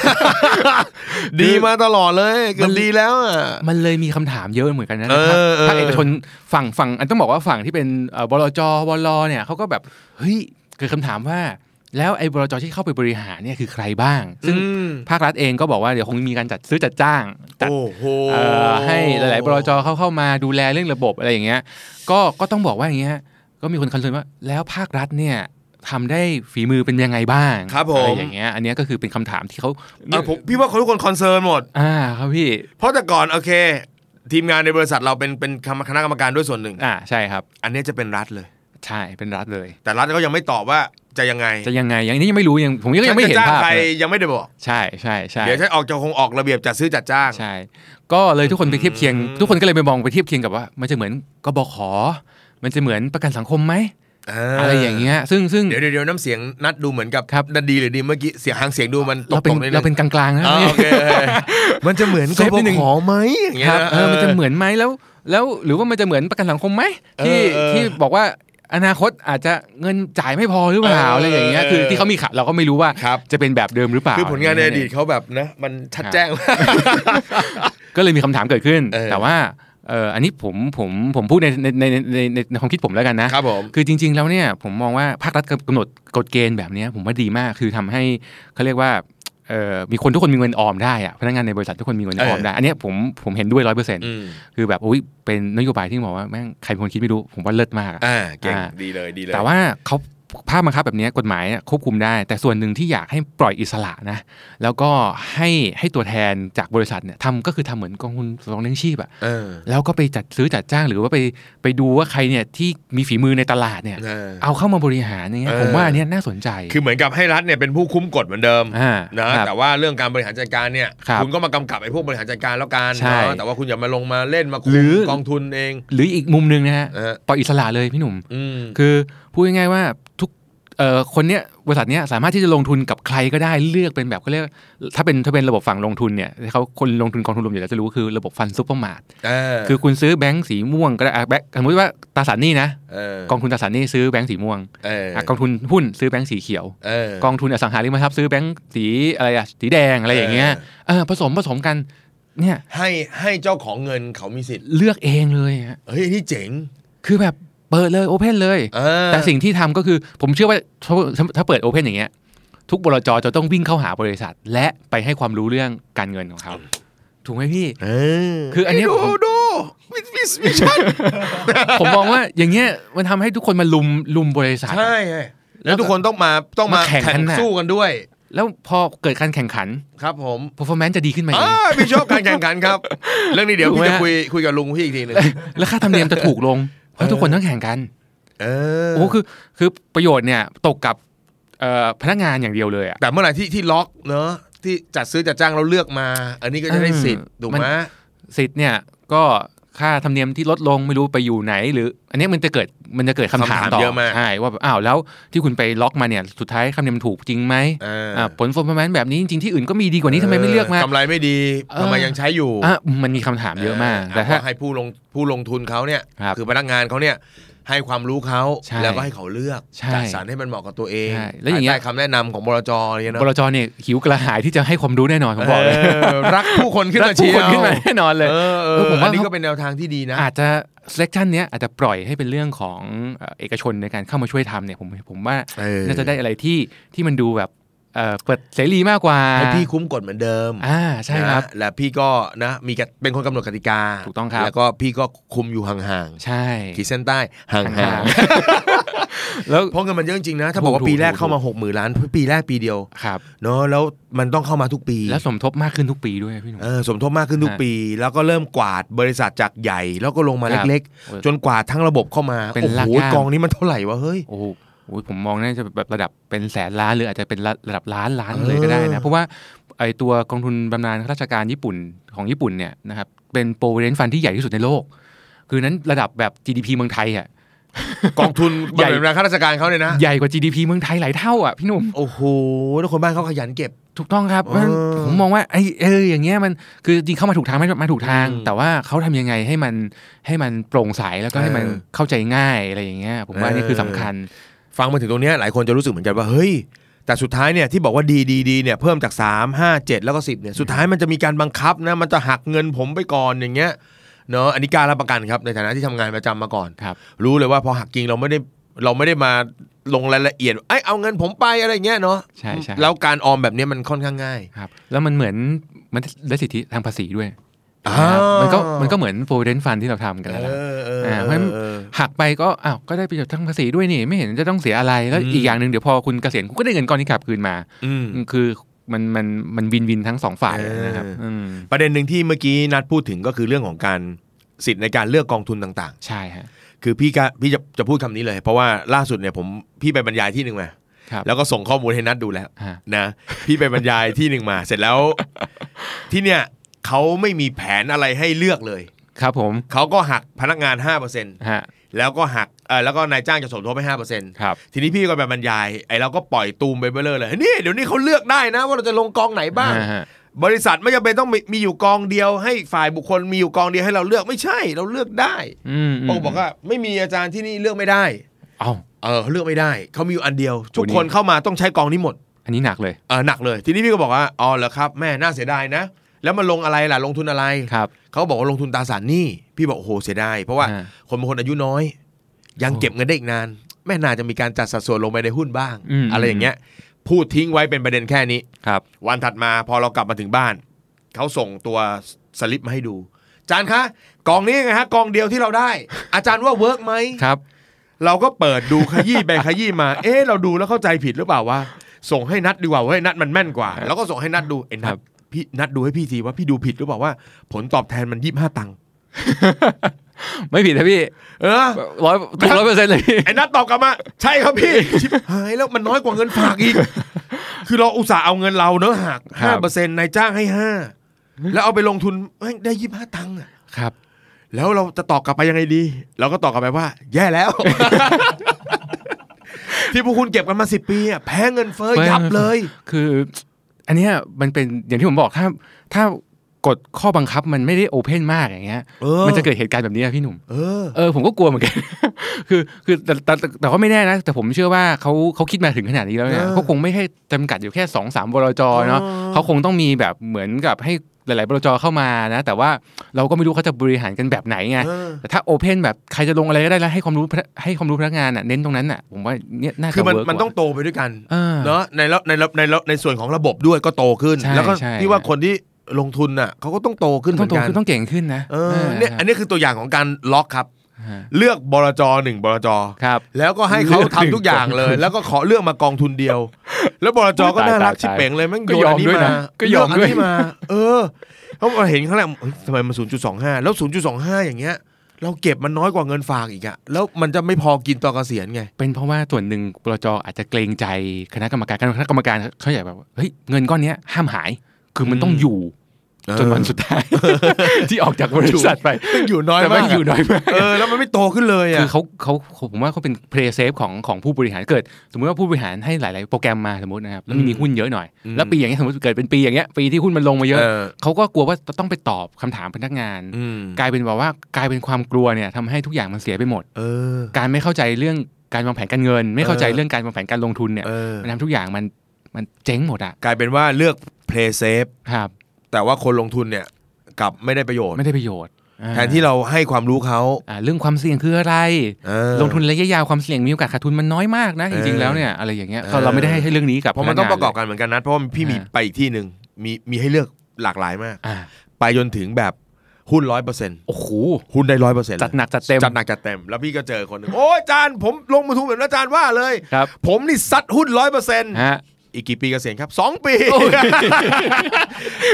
S1: [LAUGHS] ดีมาตลอดเลยเกือบดีแล้วอ่ะ
S2: มันเลยมีคำถามเยอะเหมือนกันนะในภาค
S1: เออเออ
S2: ภาคเอกชนฝั่งฝั่งอันต้องบอกว่าฝั่งที่เป็นเอ่อบลจวลเนี่ยเขาก็แบบเฮ้ยเกิดคำถามว่า แล้วไอ้บลจที่เข้าไปบริหารเนี่ยคือใครบ้าง ซึ่ง
S1: อืม
S2: ภาครัฐเองก็บอกว่าเดี๋ยวคงมีการจัดซื้อจัดจ้างจัด
S1: โอ้โห
S2: เอ่อให้หลาย ๆ บลจเข้าเข้ามาดูแลเรื่องระบบอะไรอย่างเงี้ยก็ก็ต้องบอกว่าอย่างเงี้ยก็มีคนคอนเซิร์นว่าแล้วภาครัฐเนี่ยทำได้ฝีมือเป็นยังไงบ้าง
S1: ครับผ
S2: อะไร
S1: ม
S2: อย่างเงี้ยอันเนี้ยก็คือเป็นคำถามที่เขา
S1: อ่ะผมพี่ว่าคนทุกคนคอนเซิร์นหมด
S2: อ่าครับพี่
S1: เพราะแต่ก่อนโอเค ทีมงานในบริษัทเราเป็นเป็นคณะกรรมการด้วยส่วนหนึ่ง
S2: อ่าใช่ครับ
S1: อันเนี้ยจะเป็นรัฐเลย
S2: ใช่เป็นรัฐเลย
S1: แต่รัฐก็ยังไม่ตอบว่า จะยังไง
S2: จะยังไงอย่างนี้ยังไม่รู้ยังผมก็ยังไม่เห็น
S1: ฉัจะจ้าง
S2: ภาพ
S1: ใคร
S2: เลย
S1: ยังไม่ได้บอก
S2: ใช่ใช่ใช่
S1: เดี๋ยวฉันออกจะคงออกระเบียบจัดซื้อจัดจ้าง
S2: ใช่ ก็เลยทุกคนไปเทียบเคียง ทุกคนก็เลยไปมองไปเทียบเคียงกับว่า มันจะเหมือนกบขมันจะเหมือนประกันสังคมไหมอะไรอย่างเงี้ยซึ่งซึ่ง
S1: เดี๋ยวเดี๋ยวเดี๋ยวน้ำเสียงนัดดูเหมือนกับ
S2: ครับ
S1: นัดดีหรือดีเมื่อกี้เสียงหางเสียงดูมันต
S2: เรา
S1: ก
S2: เป็
S1: ต
S2: น
S1: กนิดนึง
S2: เราเป็นกลางๆนะ
S1: อ่าโอเคมันจะเหมือน
S2: เซฟนิดนึง
S1: ขอไหมอย่างเงี้
S2: ค
S1: ย
S2: รับ
S1: นะ
S2: เออมันจะเหมือนไหมแล้วแล้วหรือว่ามันจะเหมือนประกันสังคมไหม
S1: เออ
S2: ที่
S1: เออ
S2: ที่บอกว่าอนาคตอาจจะเงินจ่ายไม่พอหรือเป
S1: เอ
S2: ล่า
S1: ออ
S2: อะไรอย่างเงี้ยคือที่เขามีข่าวเราก็ไม่รู้ว่า
S1: ครับ
S2: จะเป็นแบบเดิมหรือเปล่า
S1: คือผลงานในอดีตเขาแบบนะ มันชัดแจ้ง
S2: ก็เลยมีคำถามเกิดขึ้น
S1: เออ
S2: แต่ว่าเอออันนี้ผมผมผมพูดในในในในในในความคิดผมแล้วกันนะ
S1: ครับผม
S2: คือจริง ๆ แล้วเนี่ยผมมองว่าภาครัฐกำหนดกฎเกณฑ์แบบเนี้ยผมว่าดีมากคือทำให้เขาเรียกว่าเอ่อมีคนทุกคนมีเงินออมได้อะพนักงานในบริษัททุกคนมีเงินออมได้อันเนี้ยผมผมเห็นด้วยร้อยเปอร์เซ็นต
S1: อืม
S2: คือแบบอุ้ยเป็นนโยบายที่บอกว่าแม่งใครเป็นคนคิดไม่รู้ ผมว่าเลิศมากอะ
S1: อ่าเก่ง
S2: อ่า
S1: ดีเลยดีเลย
S2: แต่ว่าเขาภาพบังคับแบบเนี้ยกฎหมายอะควบคุมได้ แต่ส่วนหนึ่งที่อยากให้ปล่อยอิสระนะ แล้วก็ให้ให้ตัวแทนจากบริษัทเนี่ยทำก็คือทำเหมือนกองทุนสำรองเลี้ยงชีพอะ
S1: เออ
S2: แล้วก็ไปจัดซื้อจัดจ้างหรือว่าไปไปดูว่าใครเนี่ยที่มีฝีมือในตลาดเนี่ย
S1: เออ
S2: เอาเข้ามาบริหารอย่างเงี้ย
S1: เออ
S2: ผมว่าอันเนี้ยน่าสนใจ
S1: คือเหมือนกับให้รัฐเนี่ยเป็นผู้คุ้มกฎเหมือนเดิม
S2: อ่า
S1: นะครับ แต่ว่าเรื่องการบริหารจัดการเนี่ย
S2: ครับ
S1: ณก็มากำกับไอ้พวกบริหารจัดการแล้วกัน
S2: ใช่
S1: เนาะแต่ว่าคุณอย่ามาลงมาเล่นมาคุ
S2: หรื
S1: ม
S2: อ
S1: กองทุนเอง
S2: หรืออีกมุมหนึ่งนะฮะ
S1: เออ
S2: ปล่อยอิสระเลยพี่หนุ่ม
S1: อืม
S2: คือพูดง่ายๆว่าทุกเอ่อคนเนี้ยบริษัทเนี้ยสามารถที่จะลงทุนกับใครก็ได้เลือกเป็นแบบเขาเรียกถ้าเป็นถ้าเป็นระบบฝั่งลงทุนเนี่ยที่เขาคนลงทุนกองทุนรวมอยู่แล้วจะรู้คือระบบฟันซุปเปอร์มาร์ท
S1: เออ
S2: คือคุณซื้อแบงก์สีม่วงก็ได้อ่ะแบงก์สมมติว่าตราสารหนี้นะ
S1: เออก
S2: องทุนตราสารหนี้ซื้อแบงก์สีม่วง
S1: เออ
S2: อ่ะกองทุนหุ้นซื้อแบงก์สีเขียว
S1: เออ
S2: กองทุนอสังหาริมทรัพย์ซื้อแบงก์สีอะไรอะสีแดงอะไรอย่างเงี้ยเออผสมผสมกันเนี่ย
S1: ให้ให้เจ้าของเงินเขามีสิทธิ์
S2: เลือกเองเลยฮะ
S1: เฮ้ยนี่เจ๋ง
S2: คือแบบเปิดเลยโอเพนเลย
S1: เออ
S2: แต่สิ่งที่ทำก็คือผมเชื่อว่าถ้าถ้าเปิดโอเพนอย่างเงี้ย ทุกบลจจะต้องวิ่งเข้าหาบริษัท และไปให้ความรู้เรื่องการเงินของเขา ถูกไหมพี่
S1: เออ
S2: คืออันเนี้ย
S1: ดู
S2: ผม
S1: ดูวิวิวิชั่น
S2: ผมมองว่าอย่างเงี้ยมันทำให้ทุกคนมาลุมลุมบริษัท
S1: ใช่ไงแล้วทุกคนต้องมาต้องมา
S2: มาแข่ง
S1: แข่
S2: กั
S1: ง
S2: นน่ะ
S1: สู้กันด้วย
S2: แล้วพอเกิดการแข่งขัน
S1: ครับผม
S2: performance จะดีขึ้นไหม
S1: อ่าพี่ชอบการแข่งขันครับ เรื่องนี้เดี๋ยว
S2: ถูก
S1: พี่
S2: ไหม
S1: จะคุยคุยกับลุงพี่อีกทีหนึ่ง
S2: และค่าธรรมเนียมจะถูกลง เพราะทุกคนต้องแข่งกัน
S1: เออ
S2: โอ้คือคือประโยชน์เนี่ยตกกับเอ่อพนักงานอย่างเดียวเลยอะ
S1: แต่เมื่อไหร่ที่ที่ล็อกเนอะที่จัดซื้อจัดจ้างเราเลือกมา อันนี้ก็จะได้สิทธิ์
S2: เออ
S1: ถูก
S2: มัน
S1: ไหม
S2: สิทธิ์เนี่ยก็ค่าธรรมเนียมที่ลดลงไม่รู้ไปอยู่ไหน หรือ อันเนี้ยมันจะเกิดมันจะเกิดคำถามต่อ
S1: เยอะมาก
S2: ใช่ว่าแบบอ้าวแล้วที่คุณไปล็อกมาเนี่ยสุดท้ายคำเนียมถูกจริงไหม
S1: เออ
S2: อ่าผลฟอร์มแมนแบบนี้จริงๆที่อื่นก็มีดีกว่านี้ทำไมไม่เลือกมาก
S1: ำไรไม่ดีทำไมยังใช้อยู่
S2: อ่ะมันมีคำถามเยอะมาก แต่ถ้า
S1: ก็ให้ผู้ลงผู้ลงทุนเขาเนี่ย
S2: ครับ
S1: อพนักงานเขาเนี่ยให้ความรู้เขา
S2: ใช่
S1: แล้วก็ให้เขาเลือก
S2: ใช่
S1: จัดสรรให้มันเหมาะกับตัวเอง
S2: ใช่แล้วอย่างเงี้ย
S1: ภใต้คำแนะนำของบลจอะไรเงี้ยเน
S2: บล
S1: อะ
S2: จเนี่ยหิวกระหายที่จะให้ความรู้แน่นอนผมบอกเลย
S1: เออรักผู้คนขึ้น
S2: รัก
S1: มา
S2: ผู้
S1: เชียว
S2: คนขึ้นมาแน่นอนเลย
S1: เออเอ
S2: เออ
S1: อ
S2: ผ
S1: ผม ม
S2: ว่า
S1: ว่านี่ก็เป็นแนวทางที่ดีนะ
S2: อาจจะ selection เนี้ยอาจจะปล่อยให้เป็นเรื่องของเอ่อเอกชนในการเข้ามาช่วยทำเนี่ยผมผมว่า
S1: เออ
S2: น่าจะได้อะไรที่ที่มันดูแบบเอ่อเปิดเสรีมากกว่า
S1: ให้พี่คุ้มกฎเหมือนเดิม
S2: อ่าใช่ครับ
S1: นะและพี่ก็นะมีกฎเป็นคนกำหนดกติกา
S2: ถูกต้องครับ
S1: แล้วก็พี่ก็คุมอยู่ห่าง
S2: ใช่
S1: ๆขีดเส้นใต้ห่าง
S2: แล้ว
S1: ๆเพราะเงินมันเยอะจริงๆนะถ้าบอกว่า
S2: ถูก
S1: ปีแรก
S2: ถูก
S1: เข้ามา6กหมื่นล้านปีแรกปีเดียว
S2: ครับ
S1: เนาะแล้วมันต้องเข้ามาทุกปี
S2: แล้วสมทบมากขึ้นทุกปีด้วยพี่หนุ่ม
S1: เออสมทบมากขึ้นทุก
S2: ฮะ
S1: ปี แล้วก็เริ่มกวาดบริษัทจากใหญ่ แล้วก็ลงมา
S2: ครับ
S1: เล็ก
S2: โอ้ย
S1: ๆ จนกวาดทั้งระบบเข้ามา
S2: เป็น
S1: โอ้
S2: ราก
S1: โห
S2: หญ้า
S1: กองนี้มันเท่าไหร่วะเฮ้ย
S2: โอ้โหโอ้ยผมมองน่าจะแบบระดับเป็นแสนล้านหรืออาจจะเป็นระระดับล้านล้านเลยก็ได้นะ เพราะว่าไอตัวกองทุนบำนาญข้าราชการญี่ปุ่นของญี่ปุ่นเนี่ยนะครับเป็น provident fund ที่ใหญ่ที่สุดในโลก คือนั้นระดับแบบ GDP เมืองไทยอ่ะ
S1: กองทุน
S2: ให
S1: ให
S2: ญ่
S1: ญ่ราข้าราชการเขาเนี่ยนะ
S2: ใหญ่กว่า GDP เมืองไทยหลายเท่าอ่ะพี่หนุ่ม
S1: โอ้โหแล้วคนบ้านเขาขยันเก็บ
S2: ถูกต้องครับเพราะฉะนั้น
S1: เออ
S2: ผมมองว่าไอ้เอออย่างเงี้ยมันคือจริงเข้ามาถูกทางไหม่มาถูกทาง
S1: อืม
S2: แต่ว่าเขาทำยังไงให้มันให้มันโปร่งใสแล้วก็ให้มัน
S1: เออ
S2: เข้าใจง่ายอะไรอย่างเงี้ยผมว่า
S1: เออ
S2: นี่คือสำคัญ
S1: ฟังมาถึงตรงเนี้ยหลายคนจะรู้สึกเหมือนกันว่าเฮ้ย แต่สุดท้ายเนี่ยที่บอกว่าดีดีดีเนี่ยเพิ่มจาก 3 5 7 แล้วก็ 10เนี่ยสุดท้ายมันจะมีการบังคับนะมันจะหักเงินผมไปก่อนอย่างเงี้ยเนาะอันนี้กล้ารรับประกันครับในฐานะที่ทำงานประจำมาก่อน
S2: ครับ
S1: รู้เลยว่าพอหักจริงเราไม่ได้เราไม่ได้มาลงรายละเอียดไอ้ยเอาเงินผมไปอะไรเงี้ยเนาะ
S2: ใช่ใช่
S1: แล้วการออมแบบเนี้ยมันค่อนข้างง่าย
S2: ครับ แล้วมันเหมือนมันได้สิทธิทางภาษีด้วย
S1: อ่า
S2: ครับมันก็มันก็เหมือน provident fund ที่เราทำกัน
S1: เอ
S2: นั่นแหล้
S1: อ
S2: ว
S1: เออ
S2: อ่าเพราะฉะนั้น
S1: เออ
S2: หักไปก็อ้าวก็ได้ประโยชน์ทางภาษีด้วยนี่ไม่เห็นจะต้องเสียอะไรแล้ว
S1: อืม
S2: อีกอย่างหนึ่งเดี๋ยวพอคุณเกษียณคุณก็ได้เงินก้อนนี้กลับคืนมา
S1: อืม
S2: คือมันมันมันวินวินทั้งสองฝ่าย
S1: เออ
S2: นะครับอืม
S1: ประเด็นหนึ่งที่เมื่อกี้นัดพูดถึงก็คือเรื่องของการสิทธิ์ในการเลือกกองทุนต่าง
S2: ใช่ฮะ
S1: ๆ คือพี่ก็พี่จะจะพูดคำนี้เลย เพราะว่าล่าสุดเนี่ยผมพี่ไปบรรยายที่หนึ่งมา
S2: ครับ
S1: แล้วก็ส่งข้อมูลให้นัดดูแล้ว
S2: ฮะ
S1: นะพี่ไปบรรยายที่หนึ่งมาเสร็จแล้ว ที่เนี่ยเขาไม่มีแผนอะไรให้เลือกเลย
S2: ครับผม
S1: เขาก็หักพนักงาน 5%
S2: ฮะ
S1: แล้วก็หักเออแล้วก็นายจ้างจะสมทบให้5%
S2: ครับ
S1: ทีนี้พี่ก็ไปบรรยายไอ้เราก็ปล่อยตูมไปเบลอเลยนี่เดี๋ยวนี้เขาเลือกได้นะว่าเราจะลงกองไหนบ้าง
S2: อ่ฮะ
S1: บริษัทไม่จำเป็นต้องมีมีอยู่กองเดียวให้ฝ่ายบุคคลมีอยู่กองเดียวให้เราเลือกไม่ใช่ เราเลือกได้
S2: อืมม
S1: ปงบอกว่าไม่มีอาจารย์ที่นี่เลือกไม่ได้
S2: เอ้า
S1: เออเขาเลือกไม่ได้เขามีอยู่อันเดียว ทุก
S2: โอ้นี่
S1: คนเข้ามาต้องใช้กองนี้หมด
S2: อันนี้หนักเลย
S1: เออหนักเลย ทีนี้พี่ก็บอกว่าอ๋อเหรอครับแม่น่าเสียดายนะ แล้วมันลงอะไรล่ะลงทุนอะไร
S2: ครับ
S1: เขาบอกว่าลงทุนตราสารหนี้พี่บอกโอ้โหเสียดายเพราะว่า
S2: อ่า
S1: คนบางคนอายุน้อย ยังเก็บเงินได้อีกนาน แม่น่าจะมีการจัดสัดส่วนลงไปในหุ้นบ้าง อะไรอย่างเงี้ย พูดทิ้งไว้เป็นประเด็นแค่นี้
S2: ครับ
S1: วันถัดมาพอเรากลับมาถึงบ้าน เขาส่งตัวสลิปมาให้ดู อาจารย์คะกองนี้ไงฮะกองเดียวที่เราได้ อาจารย์ว่าเวิร์กไหม
S2: ครับ
S1: เราก็เปิดดูขยี้ไปขยี้มา [LAUGHS] เอ๊ะเราดูแล้วเข้าใจผิดหรือเปล่าวะส่งให้นัดดีกว่าเว้ยนัดมันแม่นกว่า แล้วก็ส่งให้นัดดูไอ้นั
S2: ครั
S1: ด
S2: บ
S1: พี่นัดดูให้พี่ทีว่าพี่ดูผิดหรือเปล่าว่า ผลตอบแทนมันยี่ห้าตังค์
S2: ไม่ผิดนะพี่
S1: เออ
S2: ร้อยถูกร้อยเปอร์เซ็นต์เลยพี่
S1: ไอ้นัดตอบกลับมาใช่ครับ
S2: [LAUGHS]
S1: พี่ ชิบหายแล้วมันน้อยกว่าเงินฝากอีก คือเราอุตส่าห์เอาเงินเราเนอะหัก
S2: ครั
S1: ห้า
S2: บ
S1: เปอร์เซ็นต์นายจ้างให้ห้าแล้วเอาไปลงทุนแม่งได้ยี่ห้าตังค์อะ
S2: ครับ
S1: แล้วเราจะตอบกลับไปยังไงดี เราก็ตอบกลับไปว่า แย่
S2: [LAUGHS]
S1: แล้ว ที่พวกคุณเก็บกันมาสิปีอะแพ้เงินเฟ้อ
S2: แพ้เงิน
S1: ยับเลย
S2: คือ อันเนี้ยมันเป็นอย่างที่ผมบอกถ้า ถ้ากฎข้อบังคับมันไม่ได้โอเพนมากอย่างเงี้ย
S1: เออ
S2: มันจะเกิดเหตุการณ์แบบนี้นะพี่หนุ่ม
S1: เออ
S2: เออผมก็กลัวเหมือนกัน [LAUGHS] คือคือแต่แต่แต่แต่ก็ไม่แน่นะ แต่ผมเชื่อว่าเขาเขาคิดมาถึงขนาดนี้แล้วเนี่ย
S1: เออ
S2: เขาคงไม่ให้จำกัดอยู่แค่สองสามบลจเนาะ
S1: อ๋อ
S2: เขาคงต้องมีแบบเหมือนกับให้หลาย ๆบลจเข้ามานะ แต่ว่าเราก็ไม่รู้เขาจะบริหารกันแบบไหนไง
S1: เออ
S2: แต่ถ้าโอเพนแบบใครจะลงอะไรก็ได้แล้วให้ความรู้พนักให้ความรู้พนักงานอ่ะเน้นตรงนั้นอ่ะผมว่าเนี่ยน่าจะ
S1: คือมัน
S2: เวิร์ก
S1: มัน
S2: ว่า
S1: ต้องโตไปด้วยกัน
S2: เออ
S1: เนาะในระในระในระในส่วนของระบบด้วยก็โตขึ้น
S2: ใช่
S1: แล้วก็
S2: ใช่
S1: ที่ว่าคนที่ลงทุนน่ะเขาก็ต้องโตขึ้นเห
S2: ต้
S1: มื
S2: อ
S1: อน
S2: งโต
S1: กัน
S2: ขึ้นต้องเก่งขึ้นนะ
S1: เออเนี่ยอันนี้คือตัวอย่างของการล็อกครับ
S2: ฮะ
S1: เลือกบลจหนึ่งบลจ
S2: ครับ
S1: แล้วก็ให้เขา
S2: เลือก
S1: ทำทุกอย่างเลย แล้วก็ขอเลือกมากองทุนเดียว [LAUGHS] แล้วบลจก็
S2: ตาย
S1: น่ารัก
S2: ตาย
S1: ชิบเป่งเลยแม่ง
S2: ก็
S1: โยน
S2: ยอม
S1: อันนี้
S2: ด้วย
S1: มา
S2: นะก็ยอม
S1: เลือัน
S2: ด้
S1: นี้
S2: วย
S1: มา เออเขาเห็นข้างแรกเอ้ยทำไมมัน 0.25 แล้ว 0.25 อย่างเงี้ย เราเก็บมันน้อยกว่าเงินฝากอีกอะแล้วมันจะไม่พอกินตอนเกษียณไง
S2: เป็นเพราะว่าส่วนหนึ่งบลจอาจจะเกรงใจคณะกรรมการคณะกรรมการเขาอยากแบบว่าเฮ้ยเงินก้อนเนี้ยห้ามหาย คือมันต้องอยู่ จนวันสุดท้าย [LAUGHS] ที่ออกจากบริษัทไป
S1: อยู่น้อย
S2: แต่
S1: มา
S2: ว่าก อยู่น้อยมาก
S1: เออแล้วมันไม่โตขึ้นเลย
S2: คื
S1: อะ
S2: อเขาเขาผมว่าเขาเป็นเพลย์เซฟของของผู้บริหารเกิด สมมติว่าผู้บริหารให้หลาย ๆ โปรแกรมมาสมมตินะครับแล้วมันมีหุ้นเยอะหน่อย แล้วปีอย่างเงี้ยสมมติเกิดเป็นปีอย่างเงี้ยปีที่หุ้นมันลงมาเยอะ
S1: เออ
S2: เขาก็กลัวว่าจะต้องไปตอบคำถามพนักงาน
S1: อืม
S2: กลายเป็นแบบว่ากลายเป็นความกลัวเนี่ยทำให้ทุกอย่างมันเสียไปหมด
S1: เออ
S2: การไม่เข้าใจเรื่องการวางแผนการเงิน ไม่เข้าใจ
S1: เออ
S2: เรื่องการวางแผนการลงทุนเนี่ย
S1: เออ
S2: มันทำทุกอย่างมันมันเจ๊งหมดอ่ะ
S1: กลายเป็นว่าเลือก play safe
S2: ครับ
S1: แต่ว่าคนลงทุนเนี่ยกลับไม่ได้ประโยชน์
S2: ไม่ได้ประโยชน์อ่า
S1: แทนที่เราให้ความรู้เขา
S2: อ่าเรื่องความเสี่ยงคืออะไร
S1: เออ
S2: ลงทุนระยะยาวความเสี่ยงมีโอกาสขาดทุนมันน้อยมากนะ
S1: เออ
S2: จริงๆแล้วเนี่ยอะไรอย่างเงี้ย
S1: เออ
S2: เขาเราไม่ได้ให้เรื่องนี้กับ
S1: เพราะมันต้องประกอบ
S2: พ
S1: กันเหมือนกันนะเพราะว่าพี่มี
S2: อ่า
S1: ไปอีกที่หนึ่งมีมีให้เลือกหลากหลายมาก
S2: อ่า
S1: ไปจนถึงแบบหุ้นร้อยเปอร์เซ็นต์
S2: โอ้โห
S1: หุ้นได้ร้อยเปอร์เซ็นต์
S2: จัดหนักจัดเต็ม
S1: จัดหนักจัดเต็ม แล้วพี่ก็เจอคนหนึ่งโอ้ยอาจารย์ผมลงมาทุนแบบอาจารย์ว่าเลย
S2: ครับ
S1: ผมนี่ซัดหุ้นร้อยเปอร์เซ็นต์
S2: ฮะ
S1: อีกกี่ปีเกษียณครับสองปี
S2: โอ้ย
S1: [LAUGHS]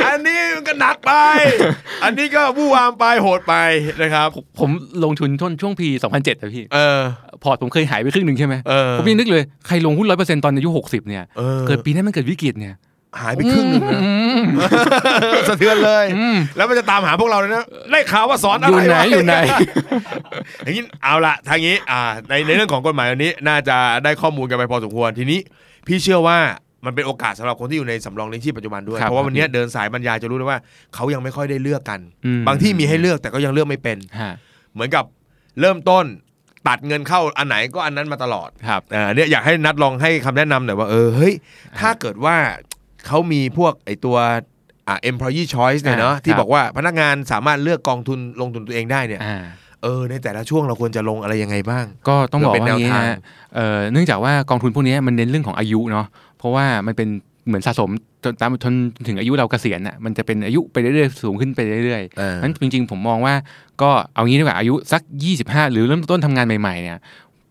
S1: อันนี้มันก็หนักไป อันนี้ก็วู่วามไปโหดไปนะครับ
S2: ผมผมลงทุนช่วงช่วงปี 2007อะพี่
S1: เออ
S2: พอร์ตผมเคยหายไปครึ่งหนึ่งใช่ไหม
S1: เออ
S2: ผมยังนึกเลยใครลงหุ้นร้อยเปอร์เซ็นต์ตอนอายุหกสิบเนี่ย
S1: เออ
S2: เกิดปีนั้นมันเกิดวิกฤตเนี่ย
S1: หายไปครึ่งหนึ่งนะ
S2: อืม
S1: [LAUGHS] สะเทือนเลย
S2: อืม
S1: แล้วมันจะตามหาพวกเราเลยนะ ได้ข่าวว่าสอนอะ
S2: อ
S1: ไร
S2: ยู่ไหน
S1: วะ
S2: อยู่ไหน
S1: [LAUGHS] อย่างนี้เอาละทางนี้อ่าในในเรื่องของกฎหมายอันนี้น่าจะได้ข้อมูลกันไปพอสมควรทีนี้ พี่เชื่อว่ามันเป็นโอกาสสำหรับคนที่อยู่ในสำรองเลี้ยงชีพปัจจุบันด้วย
S2: ครับ
S1: เพราะว่า
S2: ครับ
S1: วันนี้เดินสายบรรยายจะรู้เลยว่าเขายังไม่ค่อยได้เลือกกัน
S2: อืม
S1: บางที่มีให้เลือกแต่ก็ยังเลือกไม่เป็น
S2: ฮะ
S1: เหมือนกับเริ่มต้นตัดเงินเข้าอันไหนก็อันนั้นมาตลอด
S2: ครับ
S1: อ่าเนี่ยอยากให้นัดลองให้คำแนะนำหน่อยว่าเออเฮ้ยถ้าเกิดว่าเขามีพวกไอตัวอ่า employee choice เนี่ยเนาะ
S2: อ่า
S1: ที่
S2: ครับ
S1: บอกว่าพนักงานสามารถเลือกกองทุนลงทุนตัวเองได้เนี่ย
S2: อ่า
S1: เออในแต่ละช่วงเราควรจะลงอะไรยังไงบ้าง
S2: ก็ต้องบอก
S1: เพื่อเป็น
S2: ว่าอย่า
S1: แนว
S2: งนี้
S1: ทาง
S2: ฮะเอ่อเนื่องจากว่ากองทุนพวกนี้มันเน้นเรื่องของอายุเนาะ เพราะว่ามันเป็นเหมือนสะสมจนตามจนถึงอายุเราเกษียณอ่ะ มันจะเป็นอายุไปเรื่อยๆ สูงขึ้นไปเรื่อย
S1: เออ
S2: ๆนั้นจริงๆ ผมมองว่าก็เอางี้ดีกว่าอายุสัก 25 หรือเริ่มต้นทำงานใหม่ๆ เนี่ย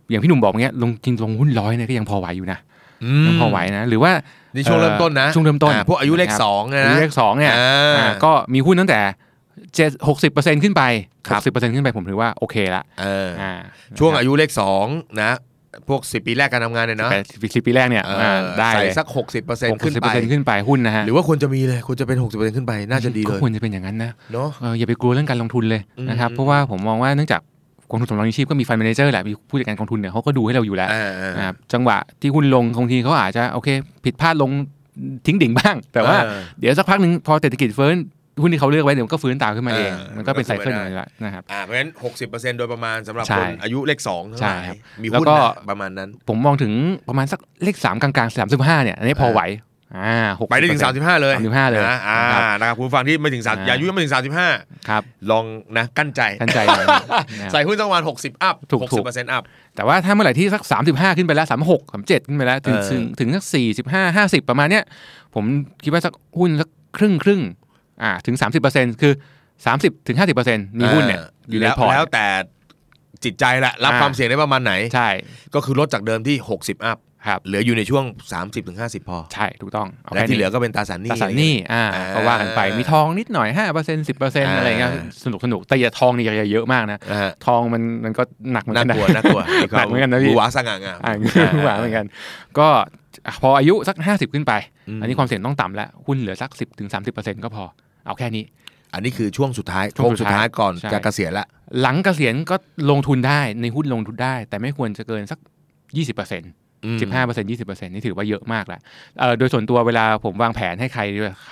S2: อย่างพี่หนุ่มบอกเนี้ยลงจริงลงหุ้นร้อยเนี่ยก็ยังพอไหวอยู่นะ
S1: อืม
S2: ยังพอไหวนะ หรือว่า
S1: นี่ช่วงเริ่มต้นนะ
S2: เอ่อช่วงเริ่มต้น
S1: อ่าพวกอายุเลขสอง
S2: อา
S1: นะ
S2: ยุเลขสองเนี่ย
S1: อ่า
S2: อ่าก็มีหุ้นตั้งแต่เจ็ดหกสิบเปอร์เซ็นต์ขึ้นไป
S1: ครับ
S2: สิบเปอร์เซ็นต์ขึ้นไปผมถือว่าโอเคละ
S1: เออ
S2: อ่า
S1: ช่วงอายุเลขสองนะ พวก 10 ปีแรกการทำงานเนี่ยเนาะ
S2: แต่สิบปีแรกเนี่ย
S1: เออ
S2: อ่าได้
S1: ใส่
S2: เลย
S1: สัก 60%
S2: ขึ้
S1: ขึ้
S2: น
S1: น
S2: ไป
S1: ไป
S2: ขึ้นไปหุ้นนะฮะ
S1: หรือว่าควรจะมีเลยควรจะเป็น 60%ขึ้นไปน่าจะดีเล
S2: ก็
S1: ย
S2: ควรจะเป็นอย่างนั้นนะ
S1: เนาะ
S2: เอออย่าไปกลัวเรื่องการลงทุนเลยนะครับ
S1: อืม
S2: เพราะว่าผมมองว่าเนื่องจากกองทุนสำรองชีพก็มีฟันเมนเจอร์แหละมีผู้จัดการกองทุนเนี่ยเขาก็ดูให้เราอยู่แล้ว
S1: อ่าอ่า
S2: นะครับจังหวะที่หุ้นลงบางทีเขาอาจจะโอเค ผิดพลาดลงทิ้งดิ่งบ้าง [LAUGHS] แต่ว่า
S1: เออ
S2: เดี๋ยวสักพักหนึ่งพอเศรษฐกิจเฟ้นหุ้นที่เขาเลือกไว้เดี๋ยวมันก็ฟื้นตามขึ้นมาเอง
S1: เออ
S2: มันก็เป็น
S1: มั
S2: ไซ
S1: นก็
S2: เคิ
S1: ขึ้
S2: ล
S1: น
S2: อ
S1: มาได้
S2: ย่างนี้แหละนะครับ
S1: อ่าเพราะฉะนั้น 60%โดยประมาณสำหรับ
S2: ใช่
S1: คนอายุเลขสองทั้งหลาย
S2: ใช่ครับ
S1: มี
S2: แล้ว
S1: หุ้น
S2: ก็
S1: นะประมาณนั้น
S2: ผมมองถึงประมาณสักเลขสามกลางๆสามสิบห้าเนี่ยอันนี้พอ
S1: เออ
S2: ไหวอ่าหก
S1: ไปได้ถึง 35 เลย
S2: 35เลย
S1: นะอ่า
S2: ครับ
S1: นะครับคุณผู้ฟังที่ไม่ถึงสาม
S2: อ่า
S1: อายุยังไม่ถึง
S2: ครับ
S1: 35 ลองนะกั้นใจ
S2: ทันใจหน่อยนะครับ
S1: ใส่หุ้นสักประมาณ60 อัพ
S2: ถูกๆ
S1: 60%อัพ
S2: แต่ว่าถ้าเมื่อไหร่ที่สัก 35 ขึ้นไปแล้ว 36 37 ขึ้นไปแล้ว ถึง
S1: เออ
S2: ถึงถึงสัก 45 50 ประมาณเนี้ยผมคิดว่าสักหุ้นสักครึ่งครึ่งอ่าถึง 30%คือ 30 ถึง 50%มีหุ้นเนี่ยอยู่ใน
S1: แล้ว
S2: พอร์ต
S1: แล้วแต่จิตใจละรับ
S2: อ่า
S1: ความเสี่ยงได้ประมาณไหน
S2: ใช่
S1: ก็คือลดจากเดิมที่ 60 อัพ
S2: ครับ
S1: เหลืออยู่ในช่วง 30-50 พอ
S2: ใช่ถูกต้องเอา
S1: และ
S2: แค่
S1: ที่เหลื
S2: นี้
S1: อก็เป็นตราสารหนี้
S2: ตราสารหนี้อ่า
S1: อ่า
S2: ก็ว่ากันไปมีทองนิดหน่อย 5% 10%อะไรเงี้ย
S1: อ่า
S2: สนุกสนุกแต่อย่าทองนี่อย่าเยอะมากนะ
S1: อ่าฮะ
S2: ทองมันมันก็หนักเหมือน
S1: น่า
S2: กัน
S1: กลัว
S2: นะ
S1: น่ากลัว
S2: [LAUGHS] หนักเหมือนกันนะพี่
S1: บูหวาสง่างาม
S2: อ่าน [LAUGHS] หวานเหมือนกัน ก็พออายุสัก 50 ขึ้นไป อันนี้ความเสี่ยงต้องต่ำแล้วหุ้นเหลือสัก 10-30%ก็พอเอาแค่นี้
S1: อันนี้คือช่วงสุดท้าย
S2: ช่วง
S1: โค้งสุดท้าย
S2: สุดท้าย
S1: ก่อน
S2: ใช่
S1: จะเกษียณละ
S2: หลังเกษียณก็ลงทุนได้ในหุ้นลงทุนได้ แต่ไม่ควรจะเกินสัก 20% 15% 20%นี่ถือว่าเยอะมากแล้วเอ่อโดยส่วนตัวเวลาผมวางแผนให้ใคร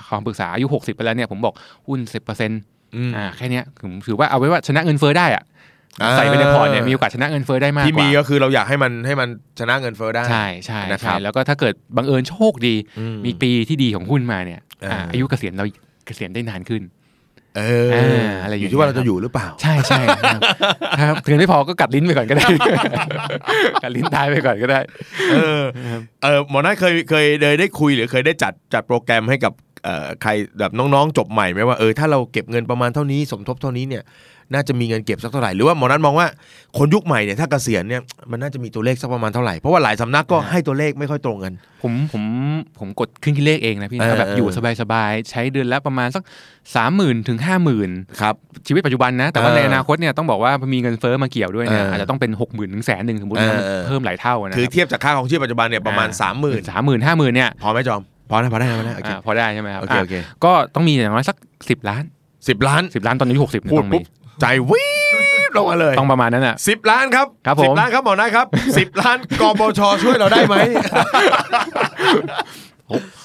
S2: คำปรึกษาอายุ 60 ไปแล้วเนี่ยผมบอกหุ้น 10%อ่าแค่เนี้ยผมถือว่าเอาไว้ว่าชนะเงินเฟ้อได้อะ
S1: อ่า
S2: ใส่ไปในพอร์ตเนี่ยมีโอกาสชนะเงินเฟ้อได้มาก
S1: ที่
S2: ก
S1: มี
S2: ว่า
S1: ก็คือเราอยากให้มันให้มันชนะเงินเฟ้อได้
S2: ใช่ใช่
S1: นะครั
S2: ใช่
S1: บ
S2: แล้วก็ถ้าเกิดบังเอิญโชคดี
S1: อื
S2: มีปีที่ดีของหุ้นมาเนี่ย
S1: อ่า
S2: อ่าอายุเกษียณเราเกษียณได้นานขึ้น
S1: เออ
S2: อ
S1: อะ
S2: อะไรอย่าง
S1: อยู่
S2: เงี้ย
S1: ที่ว่าเราจะอยู่หรือเปล่า
S2: ใช่ใช่ครับครับถึงไม่พอก็กัดลิ้นไปก่อนก็
S1: [LAUGHS]
S2: ได้ กัดลิ้นตายไปก่อนก็ได้
S1: เออเออหมอน้าเคยเคยเคยได้คุยหรือเคยได้จัดจัดโปรแกรมให้กับเอ่อใครแบบน้องๆจบใหม่ไหมว่าเออถ้าเราเก็บเงินประมาณเท่านี้สมทบเท่านี้เนี่ยน่าจะมีเงินเก็บสักเท่าไหร่หรือว่าหมอนัทมองว่าคนยุคใหม่เนี่ยถ้าเกษียณเนี่ยมันน่าจะมีตัวเลขสักประมาณเท่าไหร่เพราะว่าหลายสำนักก็ให้ตัวเลขไม่ค่อยตรงกัน
S2: ผมผมผมกดขึ้นคิดเลขเองนะพี่
S1: เอ
S2: นะ
S1: อ
S2: แบบอยู่
S1: เออ
S2: สบายๆ ใช้เดือนละประมาณสักสามหมื่นถึงห้าหมื่น
S1: ครับ
S2: ชีวิตปัจจุบันนะ แต่ว่า
S1: เออ
S2: ในอนาคตเนี่ยต้องบอกว่ามีเงินเฟ้อมาเกี่ยวด้วยเนี่ย
S1: เอออ
S2: อาจจะต้องเป็นหกหมื่นถึงแสนหนึ่งสมมตินะมัน
S1: เออเออ
S2: เพิ่มหลายเท่านะ
S1: คือเทียบจากค่าของชีพปัจจุบันเนี่ยประมาณ 3 0,000ื่น
S2: สามหมื่นห้าหมื่นเนี่ย
S1: พอไหมจอมพอนะพอได้พอได้โอเค
S2: อ่าพอได้ใช่ไหมครับ
S1: โอเคโอ
S2: อ่ะ
S1: เค
S2: ก็ต้องมีอย่างน้อยสักสิบล้าน
S1: สิบล้าน
S2: สิบล้านตอนอายุหกสิบ
S1: พู
S2: ต้
S1: ด
S2: อง
S1: ปุ๊
S2: มี
S1: บใจวิ่งลงมาเลย
S2: ต้องประมาณนั้นอ่ะ
S1: สิบล้านครับ
S2: ครับผม
S1: สิบล้านครับหมอ
S2: [LAUGHS]
S1: นะครับสิบล้านกบชช่วยเราได้ไหม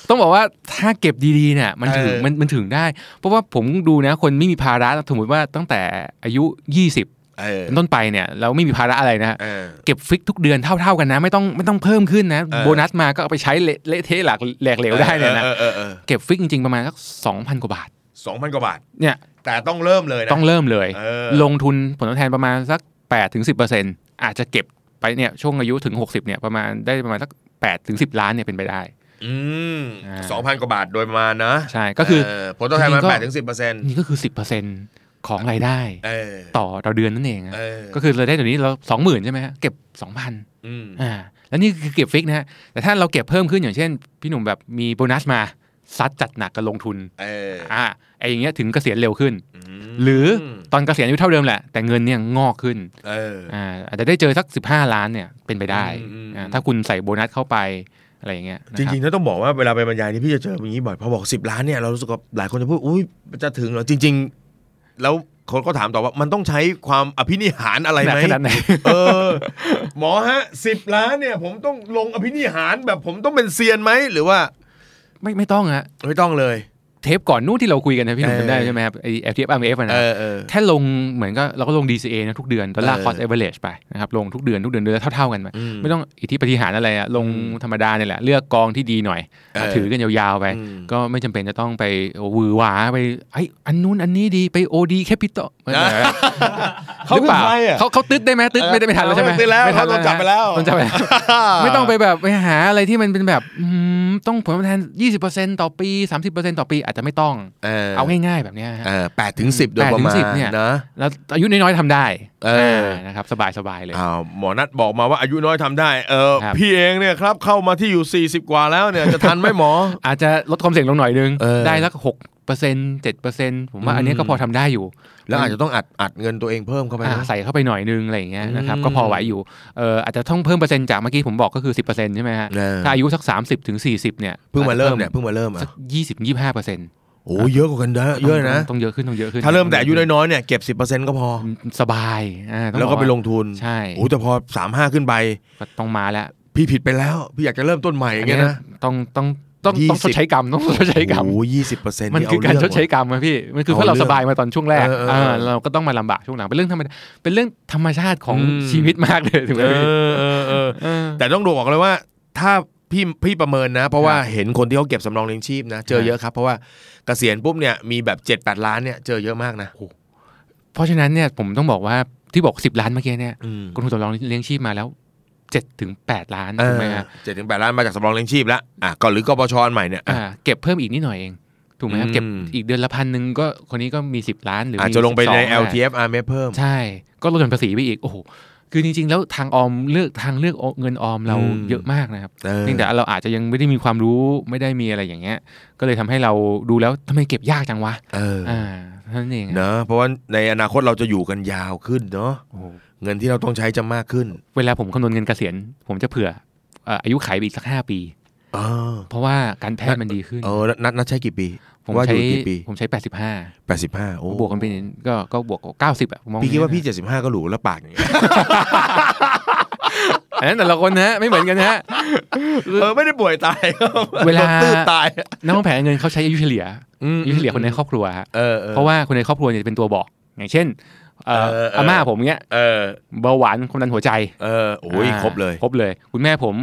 S2: ต้องบอกว่าถ้าเก็บดีๆเนี่ยมันถึง
S1: เออ
S2: มันมันถึงได้ เพราะว่าผมดูนะคนไม่มีภาระสมมติว่าตั้งแต่อายุ 20
S1: เออ
S2: เป็นต้นไปเนี่ยเราไม่มีภาระอะไรนะฮะ
S1: เออ
S2: เก็บฟิกทุกเดือนเท่าๆกันนะไม่ต้องไม่ต้องเพิ่มขึ้นนะ
S1: เออ
S2: โบนัสมาก็เอาไปใช้เละเละเทะหลักแหลกเหลวได้เนี่ยนะ
S1: ออออเออ
S2: เก็บฟิกจริงๆประมาณสัก2,000 กว่าบาท
S1: สองพันกว่าบาท
S2: เนี่ย
S1: แต่ต้องเริ่มเลยนะ
S2: ต้องเริ่มเลย
S1: เออ
S2: ลงทุนผลตอบแทนประมาณสัก8ถึง10%อาจจะเก็บไปเนี่ยช่วงอายุถึง 60เนี่ยประมาณได้ประมาณสัก8ถึง10 ล้านเนี่ยเป็นไปได้
S1: อืม
S2: อ่า
S1: สองพันกว่าบาทโดยประมาณนะ
S2: ใช่ก็คือ
S1: เผลตอบแทนมัน
S2: จริงๆก็
S1: แปดถึงสิบเปอร์เซ็นต์
S2: นี่ก็คือ 10%ของรายได้
S1: เออ
S2: ต่อต่อเดือนนั่นเองอะ
S1: เออ
S2: ก็คือเราได้เดี๋ยวนี้เราสองหมื่นใช่ไหมฮะเก็บสองพัน
S1: ม
S2: อ่าแล้วนี่คือเก็บฟิกนะฮะแต่ถ้าเราเก็บเพิ่มขึ้นอย่างเช่น พี่หนุ่มแบบมีโบนัสมาซัดจัดหนักกับลงทุน
S1: เออ
S2: อ่าไออย่างเงี้ยถึงเกษียณเร็วขึ้น
S1: ม
S2: หรือตอนเกษียณอายุเท่าเดิมแหละ แต่เงินเนี่ยงอกขึ้น
S1: เออ
S2: อ่าอาจจะได้เจอสัก 15 ล้านเนี่ยเป็นไปได้
S1: อืมอืม
S2: อ่าถ้าคุณใส่โบนัสเข้าไปอะไรอย่างเงี้ยนะ
S1: จ
S2: คบ
S1: ริงๆแล้วต้องบอกว่าเวลาไปบรรยายนี่พี่จะเจออย่างนี้บ่อยพอบอกสิบล้านเนี่ยเรารู้สึกว่าหลายคนจะพูดอุ้ยจะถึงเหรอจริง ๆ แล้วคนก็ถามต่อว่ามันต้องใช้ความอภินิหารอะไรไหม
S2: ขนาดไหน [LAUGHS]
S1: เออหมอฮะสิบล้านเนี่ย ผมต้องลงอภินิหารแบบผมต้องเป็นเซียนไหมหรือว่า
S2: ไม่ไม่ต้องฮะ
S1: ไม่ต้องเลย
S2: เทปก่อนนู้นที่เราคุยกันนะพี่หนุ่ม
S1: เออ
S2: จำได้ใช่ไหมครับไอ FTF RMF อะนะ
S1: เออเออ
S2: แค่ลงเหมือนก็เราก็ลง DCA นะทุกเดือนดอลลาร์
S1: เออ
S2: คอสเอเวอเรจไปนะครับลงทุกเดือนทุกเดือนเดือนละเท่าๆกันไป
S1: อื
S2: ไม่ต้องอิทธิปฏิหารย์อะไรอะลงธรรมดาเนี่ยแหละ เลือกกองที่ดีหน่อย
S1: เออ
S2: ถือกันยาวๆไป
S1: อืม
S2: ก็ไม่จำเป็นจะต้องไปวือหวาไปไอยอันนู้นอันนี้ดีไปโอดีแคปิตอล
S1: อ่ะ
S2: เขาหรือเปล่า
S1: เขาเป็นใครอะ
S2: เขาเขาตึ๊ดได้ไหมตึ๊ดไม่ได้ไม่ทันแล้วใช่ไหม
S1: ตึ๊ดแล้ว
S2: ไม่ทัน
S1: เขาโดนจับไปแล้ว
S2: โดนจับไปแล้ว ไม่ต้องไปแบบไปหาอะไรที่มันเป็นแบบอืมต้องผลตอบแทน 20%ต่อปี 30%ต่อปีอาจจะไม่ต้อง
S1: เออ
S2: เอาง่ายๆแบบเนี้ยฮะ
S1: เออแปดถึงสิบโดยประมาณ
S2: 8-10เนี่ย
S1: นะ
S2: แล้วอายุน้อยๆทำได้
S1: เออ
S2: นะครับสบายสบายๆเลย
S1: อ้าวหมอนัดบอกมาว่าอายุน้อยทำได้เออ
S2: ครับ
S1: พี่เองเนี่ย [LAUGHS] ครับเข้ามาที่อยู่ 40 กว่าแล้วเนี่ยจะทันไหมหมอ
S2: อาจจะลดความเสี่ยงลงหน่อยนึง
S1: เออ
S2: ได้สักหก เปอร์เซ็นต์เจ็ดเปอร์เซ็นต์ผมว่า
S1: อืม
S2: อันเนี้ยก็พอทำได้อยู่
S1: แล้วอาจจะต้องอัดอัดเงินตัวเองเพิ่มเข้าไป
S2: อ่า
S1: นะ
S2: ใส่เข้าไปหน่อยนึงอะไรอย่างเงี้ยนะครับ
S1: อืม
S2: ก็พอไหวอยู่เอ่ออาจจะต้องเพิ่มเปอร์เซ็นต์จากเมื่อกี้ผมบอกก็คือสิบเปอร์เซ็นต์ใช่ไหมฮะ
S1: เออ
S2: ถ้าอายุสักสามสิบถึงสี่สิบเนี่ย
S1: เพิ่งมาเริ่มเนี่ยเพิ่งมาเริ่มอ่ะ
S2: สักยี่สิบยี่ห้าเปอร์เซ็นต์
S1: โอ้เยอะกว่ากันนะเยอะนะ
S2: ต้องเยอะขึ้นต้องเยอะขึ้น
S1: ถ้าเริ่มแต่อายุน้อยๆเนี่ยเก็บ 10%ก็พอ
S2: สบายอ่าต้อง
S1: แล้วก็
S2: บอา
S1: ไปลงทุน
S2: ใช่
S1: โอ้แต่พอ 3 5 ขึ้นไป
S2: ก็ต้องมาแล้ว
S1: พี่ผิดไปแล้ว พี่อยากจะเริ่มต้นใหม่อย่างเงี้ยนะ
S2: ต้องต้องต้อง
S1: ยี่สิบ
S2: ต้องชดใช้กรรมต้องชดใช้กรรม
S1: โอ้ยี่สิบเปอร์เซ็นต์
S2: มันคือการชดใช้กรรมอะพี่มันคือเพราะ
S1: เอา
S2: เรา
S1: เรื่อง
S2: สบายมาตอนช่วงแรก
S1: เออเออ
S2: เออเราก็ต้องมาลำบากช่วงหลังเป็นเรื่องธรรมดาเป็นเรื่องธรรมชาติของ
S1: อืม
S2: ชีวิตมากเลยถึง
S1: เอ
S2: แม้พี่
S1: อเออเออ
S2: เออ
S1: แต่ต้องดูออกเลยว่า ถ้าพี่พี่ประเมินนะ เพราะว่า
S2: ครับ
S1: เห็นคนที่เขาเก็บสำรองเลี้ยงชีพนะ เจอเยอะครับ เพราะว่าเกษียณปุ๊บเนี่ยมีแบบ7จ็ดแปดล้านเนี่ยเจอเยอะมากนะ
S2: เพราะฉะนั้นเนี่ยผมต้องบอกว่าที่บอก 10 ล้านเมื่อกี้เนี่ย
S1: อืม
S2: กองทุนสำรองเลี้ยงชีพมาแล้ว7ถึง8ล้าน
S1: เอ
S2: ถูก
S1: อ
S2: ไหมฮะ
S1: เจ็ดถึงแปดล้านมาจากสำรองเลี้ยงชีพแล้วอ่ะก็หรือกบชใหม่เนี่ยอ่ะ
S2: อ่าเก็บเพิ่มอีกนิดหน่อยเองถูกไหมครับ
S1: อืม
S2: เก็บอีกเดือนละพันหนึ่งก็คนนี้ก็มี 10 ล้านหรือ
S1: อาจ
S2: มี
S1: จะลงไปใน
S2: 12อ่ะ
S1: LTF r m เพิ่ม
S2: ใช่ ก็ลดหย่อนภาษีไปอีก โอ้โห คือจริงๆ แล้วทางออมเลือกทางเลือกเงินออมเรา
S1: อืม
S2: เยอะมากนะครับ
S1: เออ
S2: เพียงแต่เราอาจจะยังไม่ได้มีความรู้ไม่ได้มีอะไรอย่างเงี้ย ก็เลยทำให้เราดูแล้วทำไมเก็บยากจังวะ
S1: เออ
S2: อ่าเท่านั้นเอง
S1: เนอะเพราะว่าในอนาคตเราจะอยู่กันยาวขึ้นเนาะ
S2: โอ้โห
S1: เงินที่เราต้องใช้จะมากขึ้น
S2: เวลาผมคำนวณเงินเกษียณ ผมจะเผื่อเอ่ออายุขายไปอีกสักห้าปี
S1: เออ
S2: เพราะว่าการแพทย์มันดีขึ้น
S1: เออนัดนัดใช้กี่ปี
S2: ผม
S1: ว่าอ
S2: ใช้
S1: ยู่กี่ปี
S2: ผมใช้แปดสิบห้า
S1: แปดสิบห้าโอ้
S2: บวกกันเป็นก็ก็บวกเก้าสิบอะผมมอง
S1: พี่คิดว่า
S2: อย่ง
S1: พี่
S2: นี้นะ
S1: เจ็ดสิบห้าก็หรูแล้วปากอย่างเงี้ย
S2: อันนั้นแต่ละคนนะฮะไม่เหมือนกันนะฮะ
S1: เออไม่ได้ป่วยตาย [LAUGHS]
S2: เวลา
S1: โดนตื้นตาย
S2: [LAUGHS] นักวางแผนเงินเขาใช้อายุเฉลี่ยอายุเฉลี่ยคนในครอบครัวฮะ
S1: เออออ
S2: เพราะว่าคนในครอบครัวเนี่ยจะเป็นตัวบอก อย่างเช่นเอ่อ
S1: เออเอออ
S2: อาม่าผมเนี้ย
S1: เออ
S2: เบาหวานความดันหัวใจ
S1: เออโอ้ย
S2: า
S1: ครบเลย
S2: ครบเลย คุณแม่ผม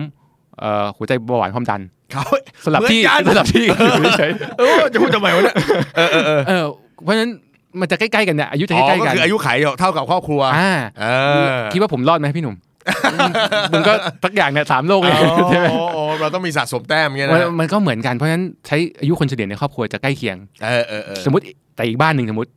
S2: เอ่อหัวใจเบาหวานความดัน
S1: เขา
S2: สลับที่
S1: เหมือนกัน
S2: สลับที่เฉย
S1: เออจะพูดทำไมวะเนี่ยเออเออเออ
S2: ๆเออเพราะฉะนั้นมันจะใกล้ๆกันเนี่ยอายุจะ
S1: อ๋อ
S2: ใกล้
S1: ก็
S2: ๆกัน
S1: คืออายุไขเท่ากับครอบครัว
S2: อ่า
S1: เออ
S2: คิดว่าผมรอดไหม
S1: [LAUGHS]
S2: พี่หนุ่มมึงก็สักอย่างเนี่ยสามโลก
S1: โอ้
S2: เลยใช่ไหม
S1: โอ้โอ้เราต้องมีสะสมแต้มอย่างเงี้ย
S2: มัน
S1: นะ
S2: มันก็เหมือนกันเพราะฉะนั้นใช้อายุคนเฉลี่ยในครอบครัวจะใกล้เคียง
S1: เออเออเออ
S2: สมมติแต่อีกบ้านหนึ่งสมมติ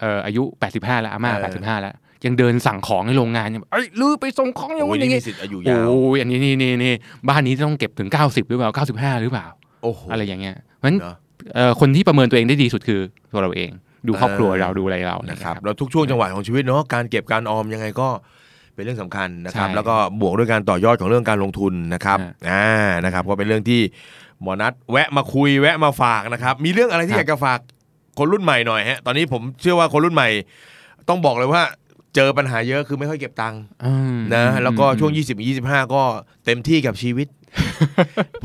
S2: เอ่ออายุ 85 แล้วอาม่า
S1: เออ
S2: 85 แล้ว ยังเดินสั่งของในโรงงานยังเอ้ยลือไปส่งของอย่าง
S1: โอ้ย
S2: นู้นอ
S1: นี่มี
S2: ย่างงี้
S1: สิทธิ์อายุยาว
S2: โอ้ยอันนี้นี่นี่นี่บ้านนี้ต้องเก็บถึง 90 หรือเปล่า 95 หรือเปล่า
S1: โอ้โห
S2: อะไรอย่างเงี้ยเพราะฉะนั้น
S1: เนอะ
S2: เอ่อคนที่ประเมินตัวเองได้ดีสุดคือตัวเราเอง ดูครอบครัวเราดูอะไรเรานะ
S1: นะค
S2: ค
S1: รั
S2: รั
S1: บบ แล้วทุกช่วงจังหวะของชีวิตเนาะการเก็บการออมยังไงก็เป็นเรื่องสำคัญนะครับ
S2: ใช่
S1: แล้วก็บวกด้วยการต่อยอดของเรื่องการลงทุนนะครับ
S2: ฮะ
S1: อ่านะครับก็เป็นเรื่องที่หมอนัทแวะมาคุยแวะมาฝากนะครับ มีเรื่องอะไรที่
S2: ค
S1: อ
S2: รับ
S1: ยากจะฝากคนรุ่นใหม่หน่อยฮะตอนนี้ผมเชื่อว่าคนรุ่นใหม่ ต้องบอกเลยว่าเจอปัญหาเยอะคือไม่ค่อยเก็บตังค์
S2: อืม
S1: นะ
S2: อืม
S1: แล้วก็ช่วง
S2: อืม
S1: 20 25 ก็เต็มที่กับชี
S2: [LAUGHS]
S1: วิต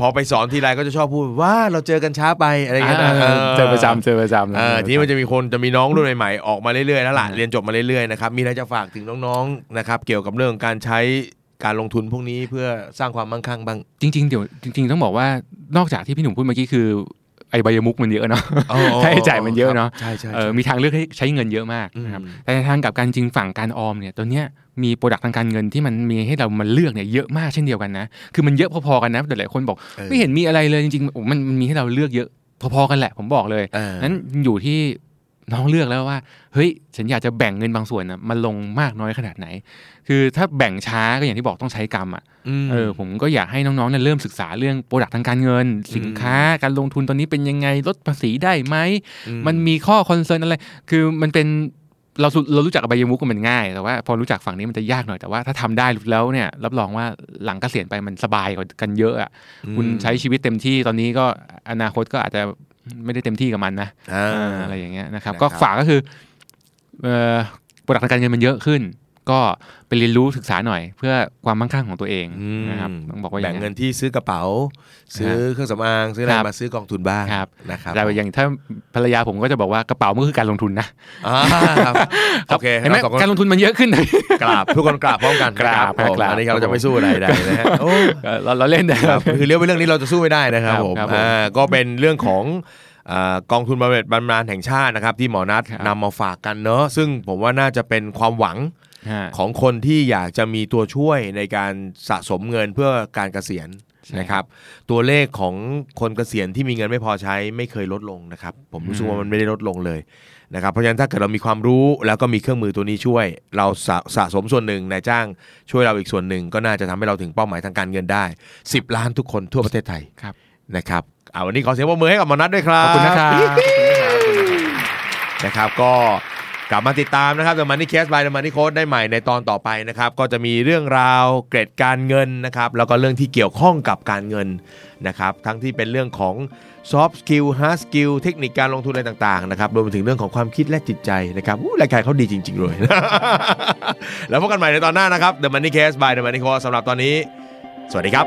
S1: พอไปสอนทีไรก็จะชอบพูดว่าเราเจอกันช้าไปอะไรอย่างเงี้ยนะ
S2: อ่าเจอประจำเจอประจำ
S1: เออ
S2: เจอป
S1: ที
S2: ระจำ
S1: นี้มันจะมีคนจะมีน้องรุ่นใหม่ๆออกมาเรื่อยๆแล้วล่ะ
S2: อืม
S1: เรียนจบมาเรื่อยๆนะครับมีอะไรจะฝากถึงน้องๆนะครับเกี่ยวกับเรื่องการใช้การลงทุนพวกนี้เพื่อสร้างความมั่งคั่งบ้าง
S2: จริงๆเดี๋ยวจริง ๆ ต้องบอกว่านอกจากที่พี่หนุ่มพูดเมื่อกี้คือไอ้ใบายมุกมันเยอะเนาะ ค่าใช้จ่ายมันเยอะเนอะ
S1: ใช่ใช่
S2: เออมีทางเลือกให้ใช้เงินเยอะมากนะครับ แต่ในทางกลับการจริงฝั่งการออมเนี่ยตัวเนี้ยมีโปรดักต์ทางการเงินที่มันมีให้เรามันเลือกเนี่ยเยอะมากเช่นเดียวกันนะ คือมันเยอะพอๆกันนะแต่หลายคนบอกไม่เห็นมีอะไรเลยจริงๆโอ้มันมันมีให้เราเลือกเยอะพอๆกันแหละ ผมบอกเลย
S1: นั้
S2: นั้นนอยู่ที่น้องเลือกแล้วว่าเฮ้ยฉันอยากจะแบ่งเงินบางส่วนนะมันลงมากน้อยขนาดไหน คือถ้าแบ่งช้าก็อย่างที่บอกต้องใช้กรรมอ่ะเออผมก็อยากให้น้องๆเนี่ยเริ่มศึกษาเรื่องโปรดักต์ทางการเงิน สินค้าการลงทุนตอนนี้เป็นยังไงลดภาษีได้ไหม มันมีข้อคอนเซิร์นอะไร คือมันเป็นเราสุเรารู้จักอบายมุกมันง่าย แต่ว่าพอรู้จักฝั่งนี้มันจะยากหน่อย แต่ว่าถ้าทำได้แล้วเนี่ยรับรองว่าหลังเกษียณไปมันสบายกว่ากันเยอะอ่ะ คุณใช้ชีวิตเต็มที่ตอนนี้ก็อนาคตก็อาจจะไม่ได้เต็มที่กับมันนะ
S1: อ่า
S2: อะไรอย่างเงี้ยนะครับ
S1: นะครับ
S2: ก็ฝากก็คือเอ่อผลักทางการเงินมันเยอะขึ้น ก็ไปเรียนรู้ศึกษาหน่อย เพื่อความมั่งคั่งของตัวเองนะครับต้องบอกว่าอ
S1: แบ่
S2: ย่าง ง
S1: เงิ
S2: เงี้ย
S1: นที่ซื้อกระเป๋า ซื้อเครื่องสำอางซื้ออะไร
S2: ครับ
S1: มาซื้อกองทุนบ้าง
S2: ครับ
S1: นะครับ
S2: แต่อย่างถ้าภรรยาผมก็จะบอกว่ากระเป๋ามันคือการลงทุนนะ
S1: อ่าครับโอเค
S2: เห็นไหม
S1: ราสองคน
S2: การลงทุนมันเยอะขึ้นนะ
S1: กราบทุกคนกราบพร้อมกัน
S2: กราบ
S1: ผม
S2: กราบ
S1: อันนี้เราจะไม่สู้อะไรใดๆนะฮะโอ้
S2: เออเราเราเล่นนะ
S1: ครับ
S2: [LAUGHS]
S1: คือเรื่องเป็นเรื่องนี้เราจะสู้ไม่ได้นะครับ
S2: ครับ
S1: ผม
S2: ครับผม
S1: อ่าก็เป็นเรื่องของอ่ากองทุนบำเหน็จบำนาญแห่งชาตินะครับ ที่หมอนัท
S2: ครับ
S1: นำมาฝากกันเนอะซึ่งผมว่าน่าจะเป็นความหวัง
S2: ฮะ
S1: ของคนที่อยากจะมีตัวช่วยในการสะสมเงินเพื่อการเกษียณ
S2: ใช่
S1: นะครับ ตัวเลขของคนเกษียณที่มีเงินไม่พอใช้ไม่เคยลดลงนะครับ ผมรู้สึก
S2: อืม
S1: ว่ามันไม่ได้ลดลงเลยนะครับเพราะฉะนั้นถ้าเกิดเรามีความรู้แล้วก็มีเครื่องมือตัวนี้ช่วย เราสะสะสมส่วนหนึ่งนายจ้างช่วยเราอีกส่วนหนึ่งก็น่าจะทำให้เราถึงเป้าหมายทางการเงินได้ 10 ล้านทุกคนทั่วประเทศไทย
S2: ครับ
S1: นะครับเอาวันนี้ขอเสียงปรบมือให้กับหมอนัทด้วยครับ
S2: ขอบคุณนะครับ
S1: นะครับก็กลับมาติดตามนะครับ The Money Case by The Money Coach ได้ใหม่ในตอนต่อไปนะครับ ก็จะมีเรื่องราวเกรดการเงินนะครับ แล้วก็เรื่องที่เกี่ยวข้องกับการเงินนะครับ ทั้งที่เป็นเรื่องของ soft skill hard skill เทคนิคการลงทุนอะไรต่างๆนะครับรวมไปถึงเรื่องของความคิดและจิตใจนะครับอู้รายการเขาดีจริง ๆ เลย [LAUGHS] แล้วพบกันใหม่ในตอนหน้านะครับ The Money Case by The Money Coach สำหรับตอนนี้ สวัสดีครับ